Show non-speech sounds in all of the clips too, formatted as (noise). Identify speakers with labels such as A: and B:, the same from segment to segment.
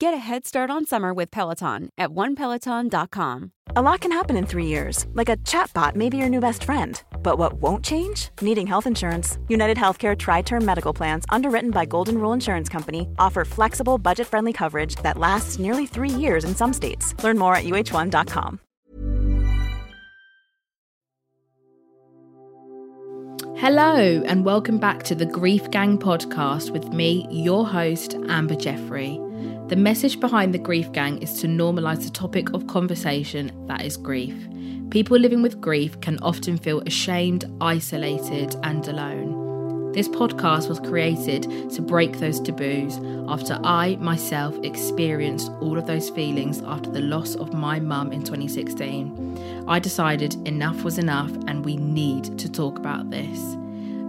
A: Get a head start on summer with Peloton at onepeloton.com.
B: A lot can happen in three years, like a chatbot may be your new best friend. But what won't change? Needing health insurance. United Healthcare Tri Term Medical Plans, underwritten by Golden Rule Insurance Company, offer flexible, budget friendly coverage that lasts nearly three years in some states. Learn more at uh1.com.
C: Hello, and welcome back to the Grief Gang podcast with me, your host, Amber Jeffrey. The message behind the Grief Gang is to normalise the topic of conversation that is grief. People living with grief can often feel ashamed, isolated, and alone. This podcast was created to break those taboos after I myself experienced all of those feelings after the loss of my mum in 2016. I decided enough was enough and we need to talk about this.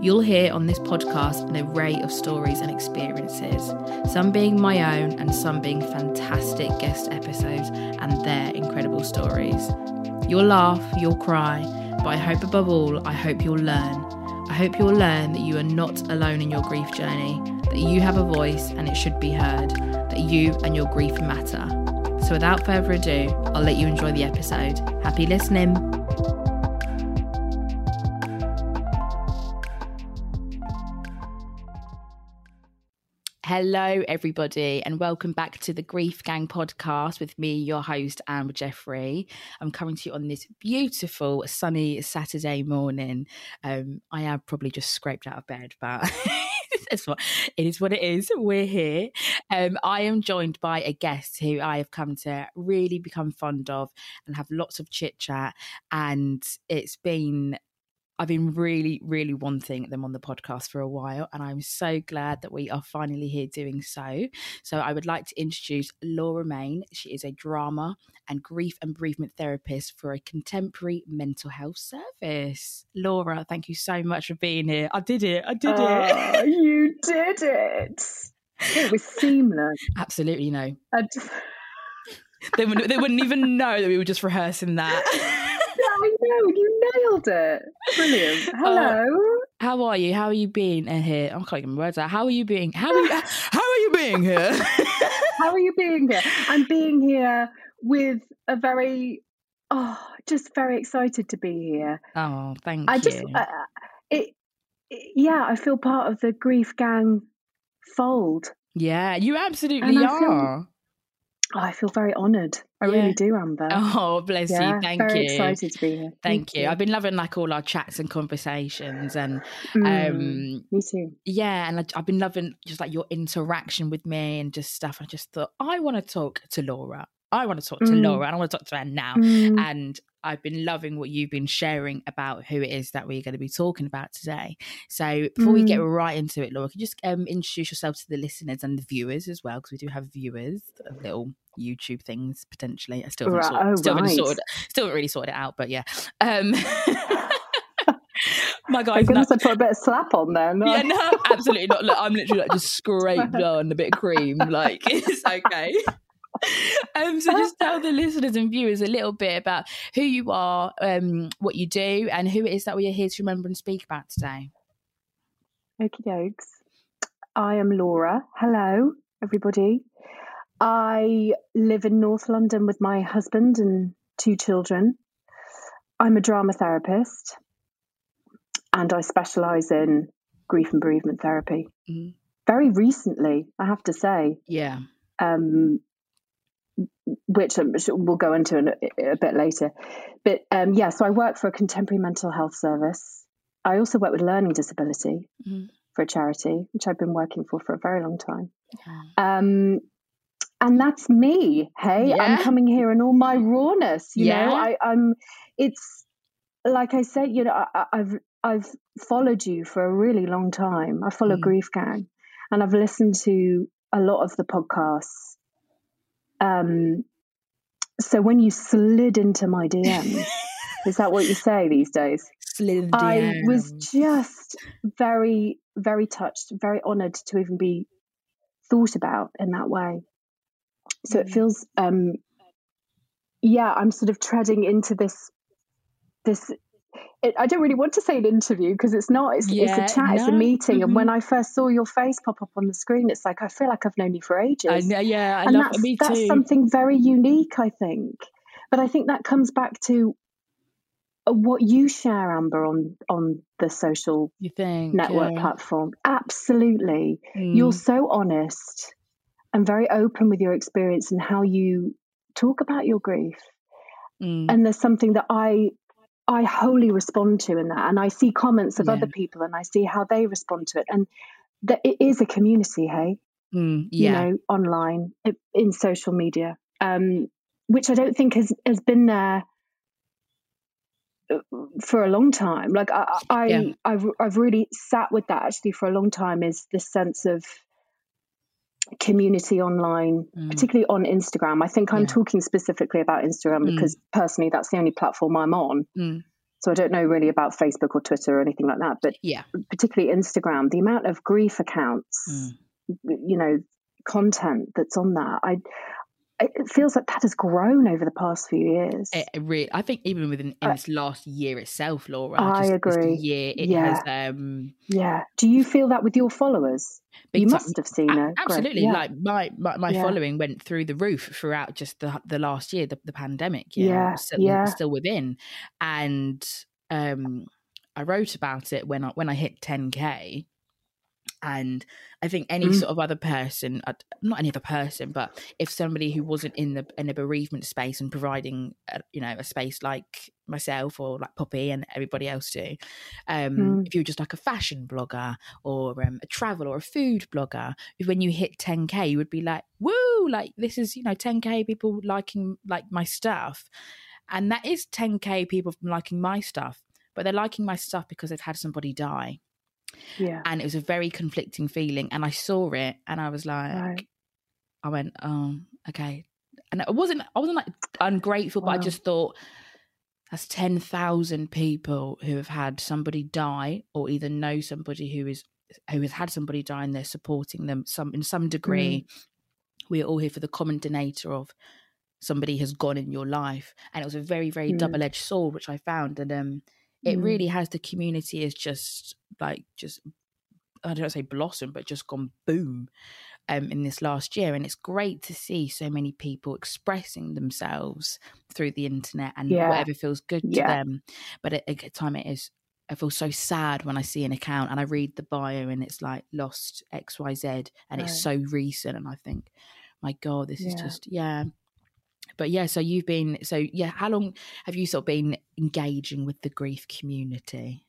C: You'll hear on this podcast an array of stories and experiences, some being my own and some being fantastic guest episodes and their incredible stories. You'll laugh, you'll cry, but I hope above all, I hope you'll learn. I hope you'll learn that you are not alone in your grief journey, that you have a voice and it should be heard, that you and your grief matter. So without further ado, I'll let you enjoy the episode. Happy listening! Hello, everybody, and welcome back to the Grief Gang podcast with me, your host, Amber Jeffrey. I'm coming to you on this beautiful, sunny Saturday morning. Um, I am probably just scraped out of bed, but (laughs) it's what, it is what it is. We're here. Um, I am joined by a guest who I have come to really become fond of and have lots of chit chat. And it's been I've been really, really wanting them on the podcast for a while, and I'm so glad that we are finally here doing so. So, I would like to introduce Laura Main. She is a drama and grief and bereavement therapist for a contemporary mental health service. Laura, thank you so much for being here. I did it. I did
D: Oh,
C: it.
D: you did it.
C: (laughs)
D: It was seamless.
C: Absolutely no.
D: I just-
C: They wouldn't, they wouldn't even know that we were just rehearsing that.
D: I know, you nailed it. Brilliant.
C: Uh,
D: Hello.
C: How are you? How are you being in here? I can't get my words out. How are you being? How are you? How are you being
D: (laughs)
C: here?
D: How are you being here? I'm being here with a very, oh, just very excited to be here.
C: oh, thank
D: I
C: you.
D: just, uh, it, it, yeah, I feel part of the grief gang fold.
C: yeah, you absolutely
D: and I feel- (laughs)
C: are.
D: Oh, I feel very honoured. I
C: Yeah.
D: really do, Amber.
C: Oh, bless
D: yeah,
C: you. Thank
D: very
C: you.
D: excited to be here.
C: Thank you. I've been loving like all our chats and conversations, and
D: Mm,
C: um,
D: me too.
C: yeah, and I, I've been loving just like your interaction with me and just stuff. I just thought I want to talk to Laura. I want to talk to
D: Mm.
C: Laura. and I want to talk to her now.
D: Mm.
C: and I've been loving what you've been sharing about who it is that we're going to be talking about today. So before we get
D: Mm.
C: right into it, Laura, can you just um, introduce yourself to the listeners and the viewers as well, because we do have viewers of little YouTube things potentially. I still haven't,
D: Right,
C: sort-
D: oh,
C: still haven't
D: right.
C: sorted, still haven't really sorted it out, but yeah. Um, (laughs)
D: (laughs)
C: my
D: Thank
C: guys,
D: goodness
C: no-
D: I put a bit of slap on there. No,
C: yeah, no, absolutely not. Look, I'm literally like
D: (laughs)
C: just scraped on a bit of cream. Like (laughs) it's okay. Um, so just tell the listeners and viewers a little bit about who you are, um, what you do, and who it is that we are here to remember and speak about today.
D: Okie dokes. I am Laura. Hello, everybody. I live in North London with my husband and two children. I'm a drama therapist and I specialise in grief and bereavement therapy.
C: Mhm.
D: Very recently, I have to say,
C: Yeah,
D: um,
C: Mm-hmm.
D: which I'm sure we'll go into in a, a bit later. But um, yeah, so I work for a contemporary mental health service. I also work with learning disability
C: Mhm.
D: for a charity, which I've been working for for a very long time.
C: Yeah.
D: Um, and that's me hey i'm
C: Yeah.
D: coming here in all
C: (laughs)
D: my rawness you
C: Yeah.
D: know I, i'm it's like i said you know I, I- i've i've followed you for a really long time i follow
C: Mm.
D: grief gang and i've listened to a lot of the podcasts um so when you slid
C: (laughs)
D: into my dms is that what you say these days
C: Slid
D: I was
C: down.
D: just very, very touched, very honoured to even be thought about in that way. So
C: Mm.
D: it feels, um, yeah, I'm sort of treading into this, this. It, I don't really want to say an interview because it's not. It's,
C: Yeah,
D: it's a chat. It's a
C: no,
D: meeting.
C: mhm.
D: And when I first saw your face pop up on the screen, it's like I feel like I've known you for ages
C: I know, yeah, I
D: and
C: love
D: that's
C: me
D: that's
C: too.
D: something very unique, I think. But I think that comes back to uh, what you share, Amber, on on the social
C: you think
D: network
C: yeah.
D: platform. Absolutely,
C: Mm.
D: you're so honest and very open with your experience and how you talk about your grief.
C: Mm.
D: And there's something that I I wholly respond to in that, and I see comments of
C: Yeah.
D: other people, and I see how they respond to it, and that it is a community, hey
C: Mm, yeah,
D: you know, online i- in social media, um, which I don't think has has been there uh, for a long time. Like I, I
C: Yeah.
D: I've I've really sat with that actually for a long time. Is this sense of community online,
C: Mm.
D: particularly on Instagram? I think I'm
C: Yeah.
D: talking specifically about Instagram
C: Mm.
D: because personally, that's the only platform I'm on.
C: Mm.
D: So I don't know really about Facebook or Twitter or anything like that, but
C: yeah,
D: particularly Instagram, the amount of grief accounts
C: Mm.
D: you know content that's on that i it it feels like that has grown over the past few years
C: it, it really. I think even within in
D: I-
C: this last year itself, Laura,
D: I
C: just
D: agree.
C: This year it has um
D: yeah do you feel that with your followers
C: big
D: you
C: time.
D: must have seen
C: A-
D: a
C: absolutely
D: growth.
C: like my my, my
D: Yeah.
C: following went through the roof throughout just the the last year the, the pandemic yeah,
D: Yeah,
C: still,
D: yeah.
C: still within and um i wrote about it when i when i hit 10k and i think any
D: Mm.
C: sort of other person uh, not any other person but if somebody who wasn't in the in a bereavement space and providing a, you know a space like myself or like poppy and everybody else do um
D: Mm.
C: if you're just like a fashion blogger or um, a travel or a food blogger when you hit 10k you would be like woo like this is you know 10k people liking like my stuff and that is 10k people liking my stuff but they're liking my stuff because they've had somebody die
D: yeah
C: and it was a very conflicting feeling and i saw it and i was like
D: Right.
C: i went oh okay and i wasn't i wasn't like ungrateful but i
D: Wow.
C: just thought that's 10,000 people who have had somebody die or either know somebody who is who has had somebody die and they're supporting them some in some degree
D: Mm.
C: we're all here for the common denominator of somebody has gone in your life and it was a very very
D: Mm.
C: double-edged sword which i found and um it
D: Mm.
C: really has the community is just like just I don't say blossom, but just gone boom um, in this last year. And it's great to see so many people expressing themselves through the internet and
D: Yeah.
C: whatever feels good to
D: Yeah.
C: them. But at the time, it is. I feel so sad when I see an account and I read the bio and it's like lost X Y Z and it's so recent and I think, my God, this is
D: Yeah.
C: just yeah. But yeah, so you've been so yeah. How long have you sort of been engaging with the grief community?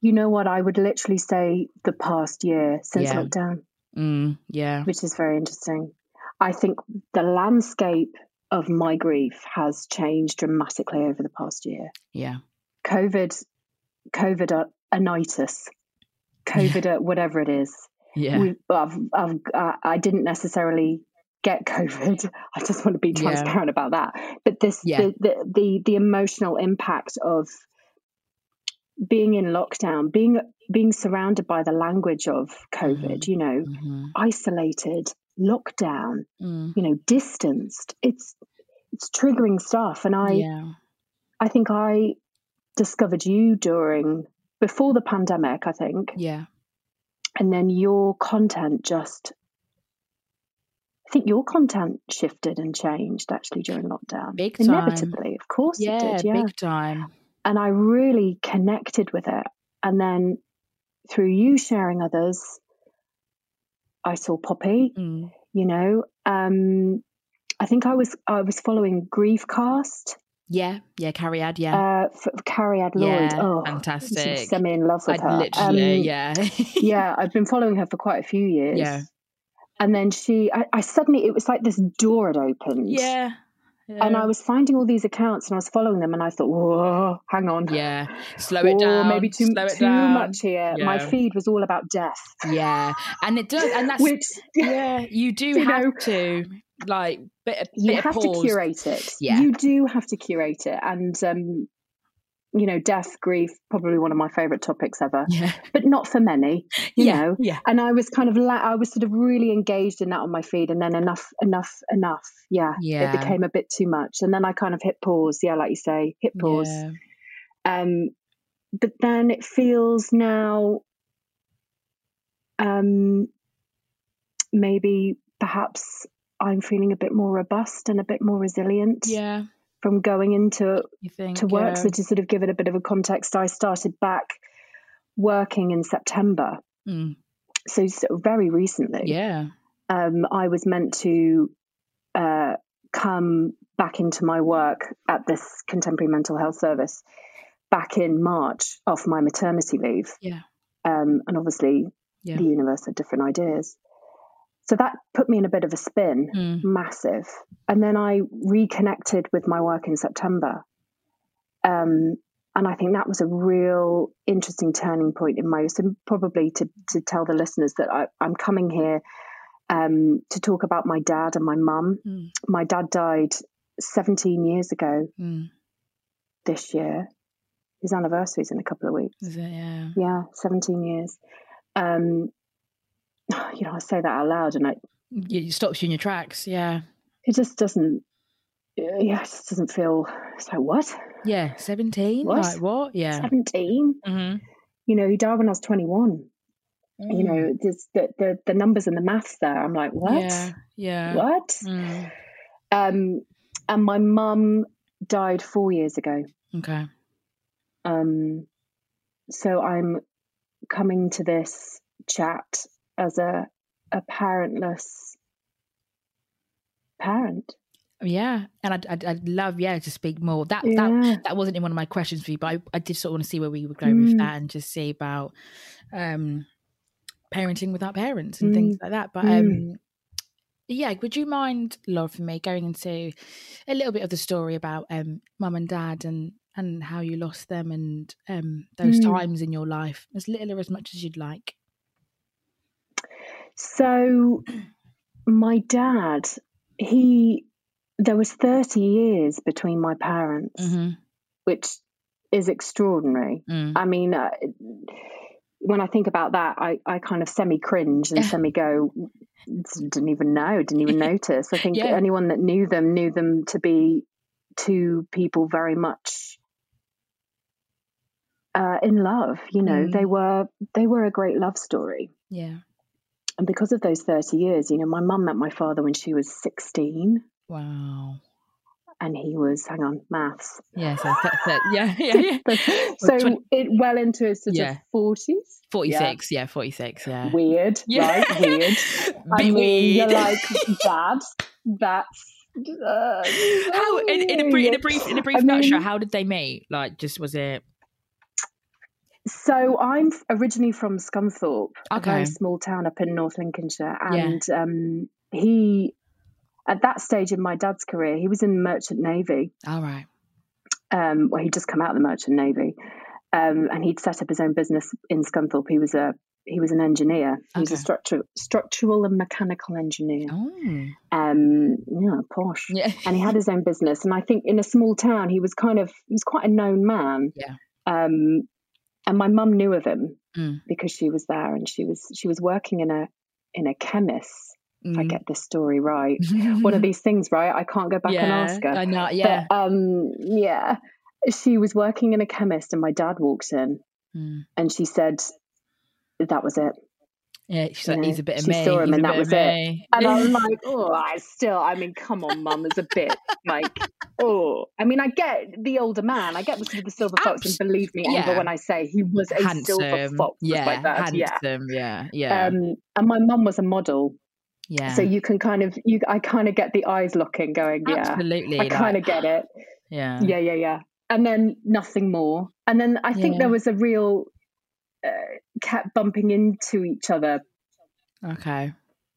D: you know what i would literally say the past year since
C: Yeah.
D: lockdown
C: Mm, yeah,
D: which is very interesting i think the landscape of my grief has changed dramatically over the past year
C: yeah,
D: COVID, COVID anitis, COVID uh, whatever it is.
C: yeah.
D: We, I've, I've, I I didn't necessarily get COVID. (laughs) I just want to be
C: Yeah.
D: transparent about that. But this,
C: Yeah.
D: the, the, the, the emotional impact of being in lockdown, being, being surrounded by the language of COVID,
C: Mhm.
D: you know,
C: hmm
D: isolated, lockdown,
C: Mm,
D: you know, distanced. It's, it's triggering stuff. And I,
C: yeah.
D: I think I discovered you during before the pandemic, I think.
C: Yeah.
D: And then your content just I think your content shifted and changed actually during lockdown.
C: Big time.
D: Inevitably, of course
C: Yeah.
D: it did, yeah.
C: Big time.
D: And I really connected with it. And then through you sharing others, I saw Poppy,
C: Mm.
D: you know. Um I think I was I was following Griefcast.
C: Yeah. Yeah. Carry ad. Yeah.
D: Uh, for Carrie Ad Lloyd.
C: yeah.
D: oh,
C: fantastic.
D: semi in love with
C: I'd
D: her.
C: literally.
D: Um,
C: yeah.
D: yeah, I've been following her for quite a few years.
C: Yeah.
D: And then she, I, I suddenly, it was like this door had
C: (laughs)
D: opened.
C: Yeah. yeah.
D: And I was finding all these accounts and I was following them and I thought, whoa, hang on.
C: Yeah. Slow it
D: Whoa,
C: down.
D: "Oh, Maybe too,
C: slow it
D: too
C: down.
D: much here. My
C: Yeah.
D: feed was all about death.
C: Yeah. And it does
D: (laughs)
C: and that's (laughs)
D: Which
C: yeah, you do
D: You
C: have
D: know.
C: to like bit of,
D: you
C: bit
D: have
C: of pause.
D: to curate it.
C: Yeah.
D: You do have to curate it. And, um, you know, death, grief, probably one of my favorite topics ever,
C: (laughs) Yeah.
D: but not for many, you
C: yeah.
D: know.
C: Yeah.
D: And I was kind of, la- I was sort of really engaged in that on my feed. And then enough, enough, enough. Yeah.
C: Yeah.
D: It became a bit too much. And then I kind of hit pause. Yeah. Like you say, hit pause.
C: Yeah.
D: Um, but then it feels now, um, maybe perhaps I'm feeling a bit more robust and a bit more resilient
C: Yeah,
D: from going into
C: You think
D: to work.
C: yeah.
D: So to sort of give it a bit of a context, I started back working in September,
C: Mm.
D: so sort of very recently.
C: yeah.
D: Um, I was meant to uh, come back into my work at this contemporary mental health service back in March off my maternity leave.
C: Yeah.
D: Um, and obviously,
C: Yeah.
D: the universe had different ideas. So that put me in a bit of a spin
C: Mm.
D: massive. And then I reconnected with my work in September. Um, and I think that was a real interesting turning point in my so probably to, to tell the listeners that I, I'm coming here um, to talk about my dad and my mum.
C: Mm.
D: My dad died 17 years ago
C: Mm.
D: this year. His anniversary is in a couple of weeks.
C: Is it? Yeah.
D: Yeah, 17 years. Um, (sighs) you know, I say that out loud and I,
C: Y- It stops you in your tracks. Yeah.
D: it just doesn't uh, yeah it just doesn't feel it's like what
C: Yeah. 17?
D: What?
C: Like what? Yeah.
D: 17
C: Mhm.
D: you know he died when i was 21 you know there's the, the the numbers and the maths there i'm like what
C: Mm. Yeah. Yeah.
D: what
C: Mm.
D: um and my mum died four years ago
C: Okay.
D: um so i'm coming to this chat as a a parentless parent
C: Yeah, and I'd, I'd, I'd love yeah to speak more. That
D: Yeah.
C: that that wasn't in one of my questions for you, but I, I did sort of want to see where we would go with
D: Mm.
C: that and just see about um parenting without parents and things like that. But
D: Mm.
C: um yeah, would you mind, Laura, for me going into a little bit of the story about um mum and dad and and how you lost them and um those
D: Mm.
C: times in your life, as little or as much as you'd like.
D: So, my dad, he, there was 30 years between my parents,
C: Mm-hmm.
D: which is extraordinary.
C: Mm.
D: I mean, uh, when I think about that, I, I kind of semi
C: (laughs)
D: cringe and semi go, didn't even know, didn't even notice. I think
C: Yeah.
D: anyone that knew them knew them to be two people very much uh, in love. You know,
C: Mm.
D: they were they were a great love story
C: Yeah.
D: and because of those 30 years, you know, my mum met my father when she was 16
C: Wow.
D: and he was, hang on,
C: (laughs)
D: maths.
C: Yeah. So th- th- yeah. (laughs)
D: (laughs)
C: Yeah. Yeah.
D: So
C: twen-
D: it well into his sort
C: Yeah.
D: of 40s.
C: 46 yeah, 46 yeah
D: Weird,
C: Yeah. (laughs)
D: right? Weird. I
C: Bit
D: mean, you're
C: weird.
D: like, dad, that's. Uh,
C: (laughs) how in, in, a brief, in a brief in a brief nutshell
D: oh, mean-
C: how did they meet like just was it
D: So I'm f- originally from Scunthorpe, a
C: Okay.
D: very small town up in North Lincolnshire, and um, he, at that stage in my dad's career, he was in the Merchant Navy.
C: all right
D: um, well, he'd just come out of the merchant navy, um, and he'd set up his own business in Scunthorpe. He was a he was an engineer. He was a
C: Okay.
D: structural structural and mechanical engineer.
C: oh
D: Um, yeah, posh.
C: yeah (laughs)
D: And he had his own business. And I think in a small town, he was kind of he was quite a known man.
C: Yeah.
D: Um, and my mum knew of him
C: Mm.
D: because she was there, and she was she was working in a in a chemist. If
C: Mm.
D: I get this story right,
C: (laughs)
D: one of these things, right? I can't go back
C: yeah,
D: and ask her.
C: I know, yeah
D: But um, yeah, she was working in a chemist, and my dad walked in,
C: Mm.
D: and she said that was it.
C: yeah she's like
D: you know,
C: he's a bit of
D: she
C: me
D: saw him
C: he's a
D: and
C: bit
D: that
C: of
D: was it.
C: me. (laughs)
D: And I'm like, oh, I still, I mean, come on, mum, it's a bit like, oh, I mean, I get the older man, I get the, sort of the silver fox,
C: Abs-
D: and believe me,
C: yeah.
D: Amber, when I say he was a silver
C: handsome
D: fox, was
C: yeah
D: my dad, yeah.
C: handsome yeah yeah
D: Um, and my mum was a model,
C: yeah
D: so you can kind of, you, I kind of get the eyes looking, going, yeah,
C: absolutely
D: I kind of get it.
C: yeah
D: yeah yeah yeah and then nothing more and then i think
C: Yeah.
D: there was a real uh, kept bumping into each other
C: okay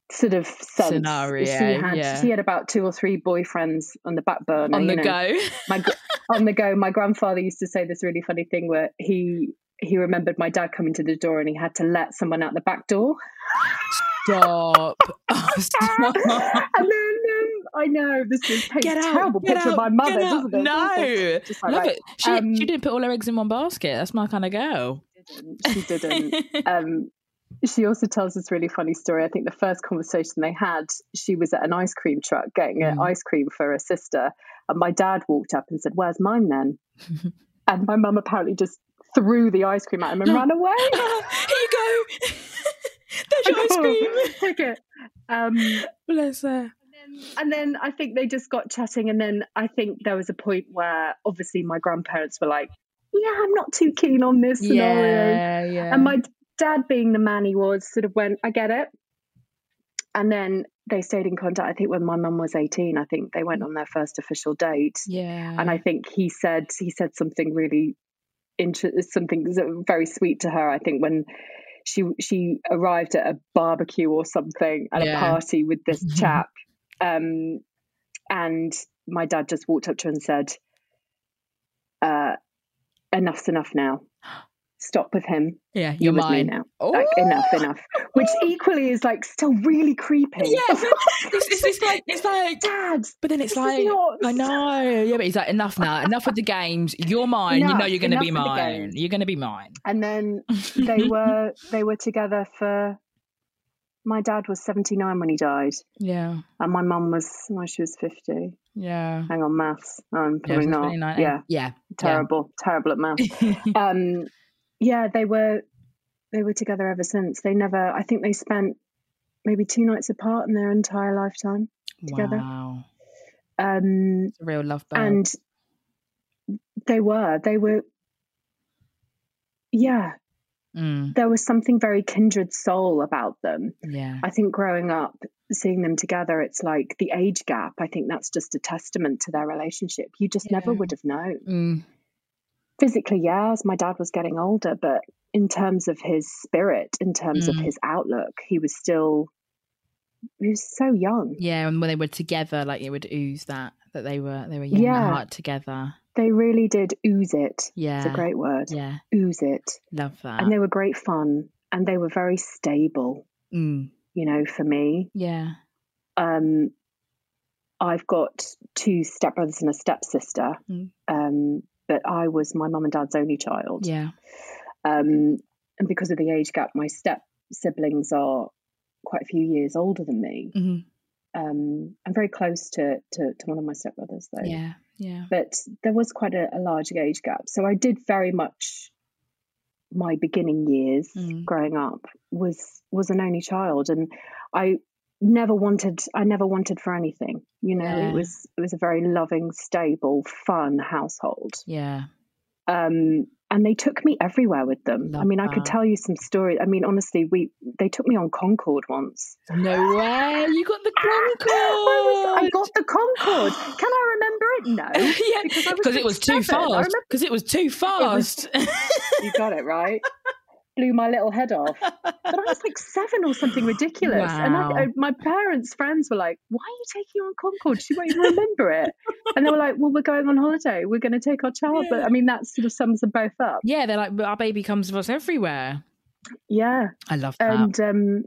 D: sort of sense.
C: Scenario,
D: She had
C: yeah.
D: she had about two or three boyfriends on the back burner.
C: on
D: you
C: the
D: know.
C: go.
D: my
C: (laughs)
D: gr- on the go. My grandfather used to say this really funny thing where he he remembered my dad coming to the door and he had to let someone out the back
C: (laughs)
D: door.
C: Stop. (laughs) Oh, stop.
D: And then um, I know this is paints
C: Get
D: a
C: out.
D: terrible
C: get
D: picture of
C: out,
D: my mother,
C: get out.
D: doesn't it? It's
C: No.
D: awful. Just like,
C: Love
D: right.
C: it. She,
D: Um,
C: she didn't put all her eggs in one basket. That's my kind of (laughs) girl.
D: She didn't. um, she also tells this really funny story. I think the first conversation they had, she was at an ice cream truck getting an
C: Mm.
D: ice cream for her sister, and my dad walked up and said, "Where's
C: (laughs)
D: mine then?" and my mum apparently just threw the ice cream at
C: (gasps)
D: him and ran away.
C: Here you go. (laughs) There's
D: (laughs)
C: your (laughs) ice cream.
D: Take it. Um,
C: Bless her.
D: and then I think they just got chatting, and then I think there was a point where obviously my grandparents were like, "Yeah, I'm not too keen on this scenario."
C: Yeah, yeah.
D: And my dad, being the man he was, sort of went, "I get it." And then they stayed in contact. I think when my mum was 18, I think they went on their first official date,
C: yeah.
D: and I think he said he said something really inter- something very sweet to her. I think when she she arrived at a barbecue or something at
C: Yeah.
D: a party with
C: (laughs)
D: this chap, um, and my dad just walked up to her and said, uh, "Enough's enough now. Stop with him.
C: yeah,
D: You're,
C: you're
D: with
C: mine. Oh!
D: me now. Like enough, enough." Which equally is like still really creepy.
C: Yeah,
D: (laughs)
C: but it's, it's, it's like it's like.
D: Dad.
C: But then it's
D: This is
C: like
D: yours.
C: I know, yeah. But he's like, enough now, enough with the games. You're mine. you know
D: Enough,
C: you're going to be
D: enough with the
C: mine.
D: games.
C: You're going to be mine.
D: And then
C: (laughs)
D: they were they were together for my dad was 79 when he died
C: yeah,
D: and my mum was well, she was 50
C: yeah.
D: hang on maths
C: Yeah,
D: i'm probably
C: so
D: not
C: 29.
D: yeah
C: yeah,
D: terrible terrible
C: (laughs)
D: at maths um yeah they were they were together ever since they never i think they spent maybe two nights apart in their entire lifetime (laughs) together.
C: Wow,
D: um
C: it's a real love bird.
D: and they were they were yeah
C: Mm,
D: there was something very kindred soul about them
C: yeah,
D: I think growing up, seeing them together, it's like the age gap. I think that's just a testament to their relationship. You just never
C: Yeah.
D: would have known.
C: mm,
D: Physically, yes, my dad was getting older, but in terms of his spirit, in terms of
C: Mm.
D: his outlook, he was still he was so young.
C: yeah. And when they were together, like it would ooze that that they were they were young
D: Yeah.
C: at heart together.
D: They really did ooze it. It's
C: Yeah,
D: a great word.
C: yeah.
D: Ooze it.
C: Love that.
D: And they were great fun and they were very stable,
C: mm,
D: you know, for me.
C: yeah.
D: um, I've got two stepbrothers and a stepsister,
C: Mm.
D: um, but I was my mum and dad's only child.
C: Yeah.
D: Um, and because of the age gap, my step siblings are quite a few years older than me.
C: hmm
D: Um, I'm very close to, to, to one of my stepbrothers, though.
C: Yeah. Yeah.
D: But there was quite a, a large age gap. So I did very much my beginning years
C: Mm.
D: growing up was was an only child and I never wanted I never wanted for anything. You know,
C: Yeah.
D: it was it was a very loving, stable, fun household. (laughs)
C: Yeah.
D: Um and they took me everywhere with them. I
C: Love
D: mean, I could
C: that.
D: tell you some stories. I mean, honestly, we they took me on Concord once.
C: No way. You got the
D: I, was, I
C: Concord. (laughs)
D: got the Concord. Can I remember it? No.
C: yeah,
D: because I was
C: because it was too
D: seven. I
C: fast.
D: remember-
C: Because it was too
D: was-
C: fast. (laughs)
D: you got it right. Blew my little head off. But I was like seven or something ridiculous. And
C: Wow.
D: I, I, my parents' friends were like, Why are you taking her on Concord? She won't even remember it. And they were like, Well, we're going on holiday. We're going to take our child. But I mean, that sort of sums them both up.
C: yeah, they're like "But our baby comes with us everywhere.
D: Yeah.
C: I love that.
D: And um,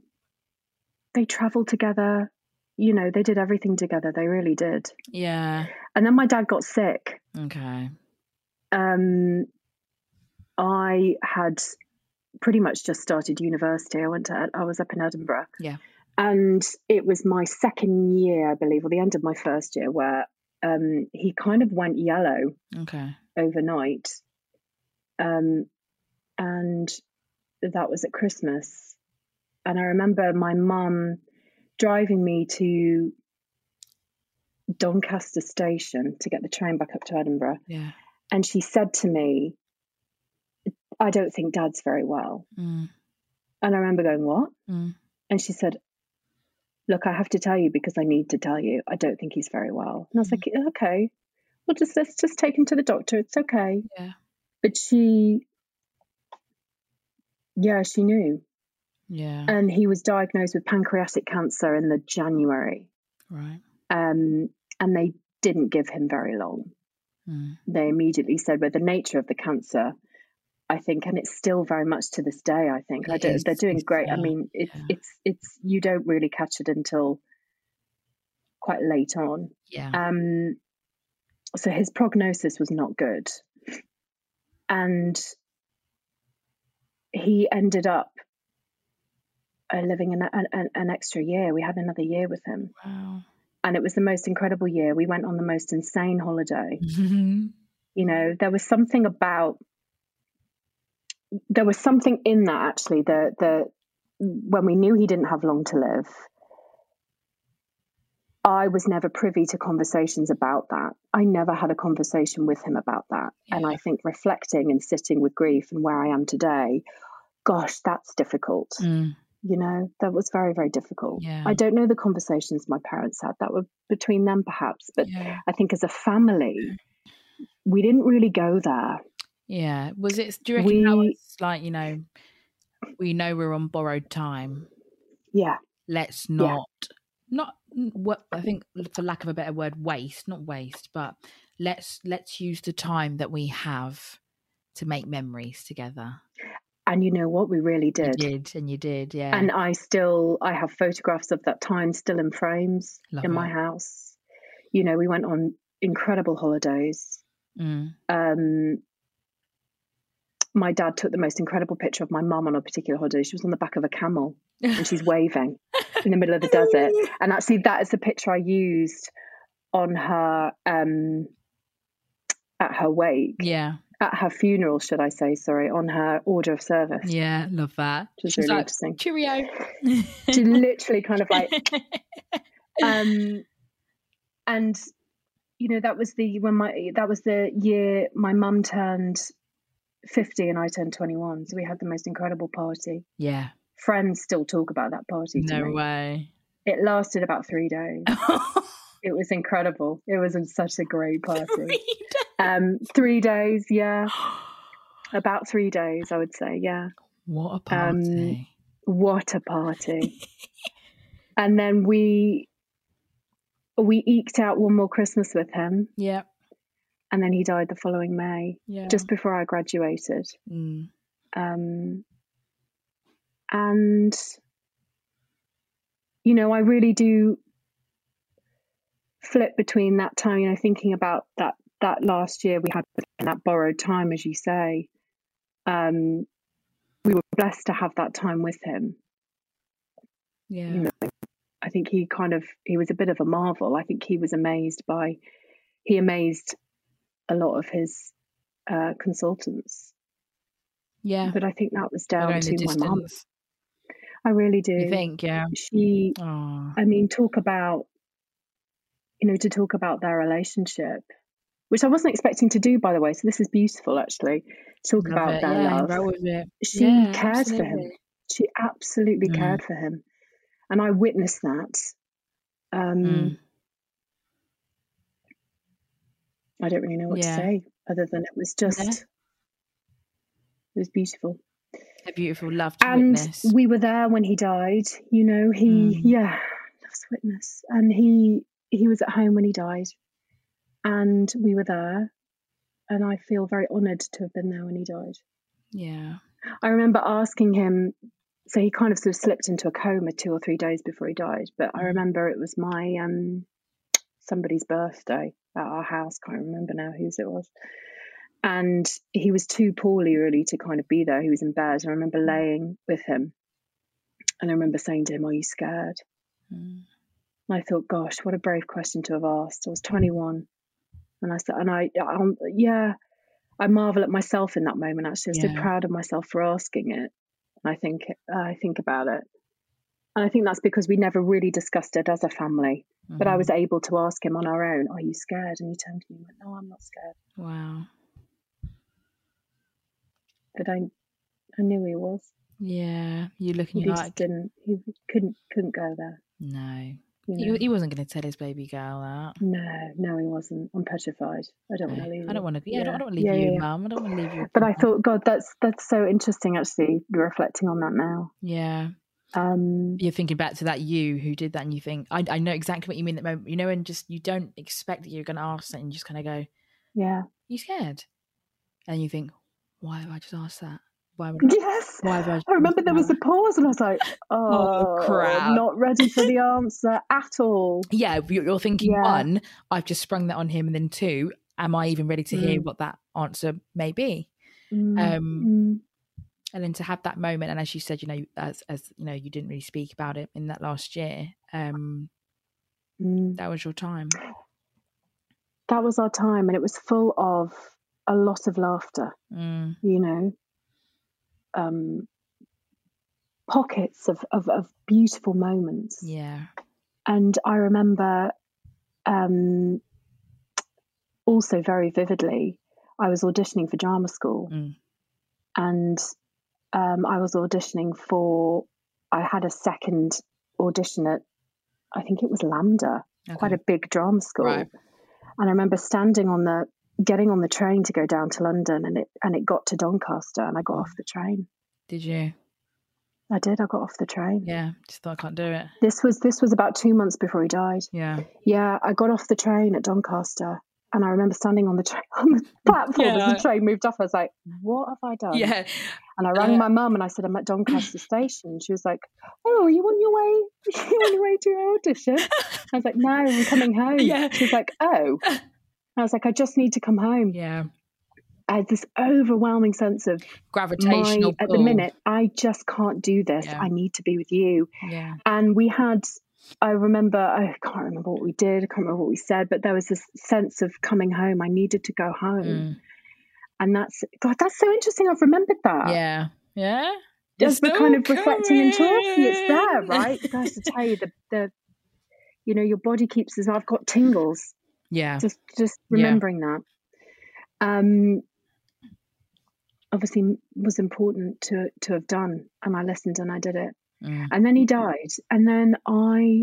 D: they traveled together. You know, they did everything together. They really did.
C: yeah.
D: And then my dad got sick.
C: Okay.
D: um, I had pretty much just started university. I went to I was up in Edinburgh.
C: Yeah.
D: And it was my second year, I believe, or the end of my first year, where um, he kind of went yellow
C: Okay.
D: overnight. Um, and that was at Christmas. And I remember my mum driving me to Doncaster Station to get the train back up to Edinburgh
C: Yeah.
D: and she said to me, I don't think dad's very well.
C: Mm,
D: And I remember going, What?
C: mm.
D: And she said, Look, I have to tell you because I need to tell you. I don't think he's very well. And I was like, Okay, well, just let's just take him to the doctor. It's okay.
C: Yeah.
D: But she, yeah, she knew.
C: Yeah.
D: and he was diagnosed with pancreatic cancer in the January.
C: right.
D: Um, and they didn't give him very long.
C: Mm.
D: They immediately said, "Well, the nature of the cancer." I think, and it's still very much to this day. I think I
C: It
D: don't,
C: is
D: they're
C: to
D: doing
C: this
D: great. I
C: day,
D: mean, it's
C: yeah.
D: it's it's you don't really catch it until quite late on.
C: Yeah.
D: Um, so his prognosis was not good. And he ended up uh, living an, an, an extra year. We had another year with him.
C: wow.
D: And it was the most incredible year. We went on the most insane
C: (laughs)
D: holiday.
C: Mm,
D: You know, there was something about, there was something in that actually, the, the, when we knew he didn't have long to live, I was never privy to conversations about that. I never had a conversation with him about that. And I think reflecting and sitting with grief and where I am today, gosh, that's difficult.
C: Mm.
D: You know, that was very, very difficult.
C: Yeah.
D: I don't know the conversations my parents had that were between them, perhaps, but
C: Yeah.
D: I think as a family, we didn't really go there.
C: Yeah. Was it? Do you reckon that
D: We-
C: was like you know, we know we're on borrowed time.
D: Yeah.
C: Let's not not what I think for lack of a better word, waste. Not waste, but let's let's use the time that we have to make memories together.
D: And you know what? We really
C: You
D: did.
C: did and you did, yeah.
D: And I still, I have photographs of that time still in frames
C: Love
D: in my
C: it.
D: house. You know, we went on incredible holidays.
C: Mm.
D: Um, my dad took the most incredible picture of my mum on a particular holiday. She was on the back of a camel and (laughs) she's waving in the middle of the (laughs) desert. And actually, that is the picture I used on her um, at her wake,
C: Yeah,
D: at her funeral, should I say? Sorry, on her order of service.
C: yeah, love that.
D: Which is
C: She's
D: really
C: like,
D: interesting.
C: Cheerio.
D: She literally kind of
C: (laughs)
D: like um and you know that was the when my that was the year my mum turned 50 and i turned 21 so we had the most incredible party
C: yeah,
D: friends still talk about that party to
C: no
D: me.
C: way. (laughs)
D: it lasted about three days it was incredible it was such a
C: (laughs)
D: great party um three days yeah
C: Oh, (gasps)
D: about three days i would say yeah
C: what a party.
D: what a party and then we we eked out one more christmas with him
C: yeah,
D: and then he died the following May,
C: yeah.
D: just before I graduated.
C: Mm.
D: Um, and you know, I really do flip between that time. You know, thinking about that that last year we had that borrowed time, as you say. Um, we were blessed to have that time with him.
C: yeah.
D: you know, I think he kind of he was a bit of a marvel. I think he was amazed by he amazed a lot of his uh, consultants,
C: yeah.
D: but I think that was
C: But
D: down
C: only
D: to my mum.
C: distance,
D: I really do.
C: You think, yeah.
D: She,
C: Oh,
D: I mean, talk about you know to talk about their relationship, which I wasn't expecting to do, by the way. So this is beautiful, actually. to Talk
C: love
D: about
C: it.
D: their
C: yeah,
D: love.
C: roll with it.
D: She
C: Yeah,
D: cared for him.
C: absolutely.
D: She absolutely
C: Mm.
D: cared for him, and I witnessed that. Um,
C: Mm.
D: I don't really know what
C: Yeah.
D: to say other than it was just it was beautiful.
C: A beautiful love to
D: and
C: witness.
D: we were there when he died. You know, he
C: Mm.
D: yeah, loves witness. And he he was at home when he died. And we were there. And I feel very honoured to have been there when he died.
C: yeah.
D: I remember asking him so he kind of sort of slipped into a coma two or three days before he died. But I remember it was my um somebody's birthday at our house. Can't remember now whose it was. And he was too poorly really to kind of be there. He was in bed. I remember laying with him. And I remember saying to him, Are you scared?
C: Mm.
D: And I thought, gosh, what a brave question to have asked. I was 21. And I said, and I, um, yeah, I marvel at myself in that moment, actually. I'm so
C: Yeah.
D: proud of myself for asking it. And I think, I think about it. And I think that's because we never really discussed it as a family. But
C: Mm-hmm.
D: I was able to ask him on our own, are you scared? And he turned to me and went, no, I'm not scared.
C: Wow.
D: But I, I knew he was.
C: Yeah. You
D: He
C: looking
D: just
C: like
D: didn't, he couldn't, couldn't go there.
C: no.
D: you
C: He,
D: know.
C: he wasn't going to tell his baby girl that.
D: No, no, he wasn't. I'm petrified. I don't want to leave.
C: I
D: him.
C: don't want to. Yeah, I don't want to leave
D: Yeah,
C: you,
D: yeah, yeah.
C: mum. I don't want to leave you.
D: But I thought, God, that's that's so interesting. Actually, reflecting on that now.
C: yeah,
D: Um,
C: you're thinking back to that you who did that, and you think, I, I know exactly what you mean at the moment. You know, and just you don't expect that you're going to ask that, and you just kind of go,
D: yeah.
C: "You scared," and you think, "Why have I just asked that? Why would I?"
D: Yes.
C: Why have I-
D: (gasps) I remember there was a pause, and I was like,
C: Oh,
D: "Oh,
C: crap.
D: Not ready for the answer at all.
C: yeah, you- you're thinking
D: Yeah.
C: one, I've just sprung that on him, and then two, am I even ready to hear what that answer may be?
D: Mm,
C: Um,
D: mm,
C: and then to have that moment, and as you said, you know, as as you know, you didn't really speak about it in that last year. Um,
D: mm.
C: that was your time.
D: That was our time, and it was full of a lot of laughter.
C: Mm.
D: you know, um, pockets of, of, of beautiful moments.
C: Yeah.
D: And I remember um, also very vividly, I was auditioning for drama school
C: Mm.
D: and um, I was auditioning for, I had a second audition at, I think it was Lambda, quite a
C: Okay.
D: big drama school.
C: Right.
D: And I remember standing on the, getting on the train to go down to London and it, and it got to Doncaster and I
C: Mm.
D: got off the train.
C: Did you?
D: I did. I got off the train.
C: Yeah. Just thought I can't do it.
D: This was this was about two months before he died. (laughs)
C: Yeah.
D: Yeah, I got off the train at Doncaster, and I remember standing on the train (laughs) on the platform as
C: Yeah.
D: the train moved off. I was like, "What have I done?"
C: Yeah.
D: And I rang
C: Uh,
D: my mum and I said, "I'm at Doncaster station." And she was like, "Oh, are you on your way? (laughs) Are you on your way to your audition?" I was like, "No, I'm coming home."
C: Yeah.
D: She was like, "Oh." And I was like, "I just need to come home."
C: Yeah.
D: I had this overwhelming sense of my
C: Gravitational
D: at the
C: pull.
D: minute, I just can't do this.
C: Yeah.
D: I need to be with you
C: Yeah.
D: and we had i remember i can't remember what we did i can't remember what we said but there was this sense of coming home i needed to go home
C: Mm.
D: and that's god that's so interesting i've remembered that
C: Yeah. Yeah.
D: as
C: You're
D: we're kind of
C: still
D: reflecting and talking it's there
C: coming.
D: right guys to tell you the, the you know your body keeps as i've got tingles
C: Yeah.
D: just just
C: Yeah.
D: remembering that um obviously was important to to have done and i listened and i did it
C: Mm.
D: and then he died and then i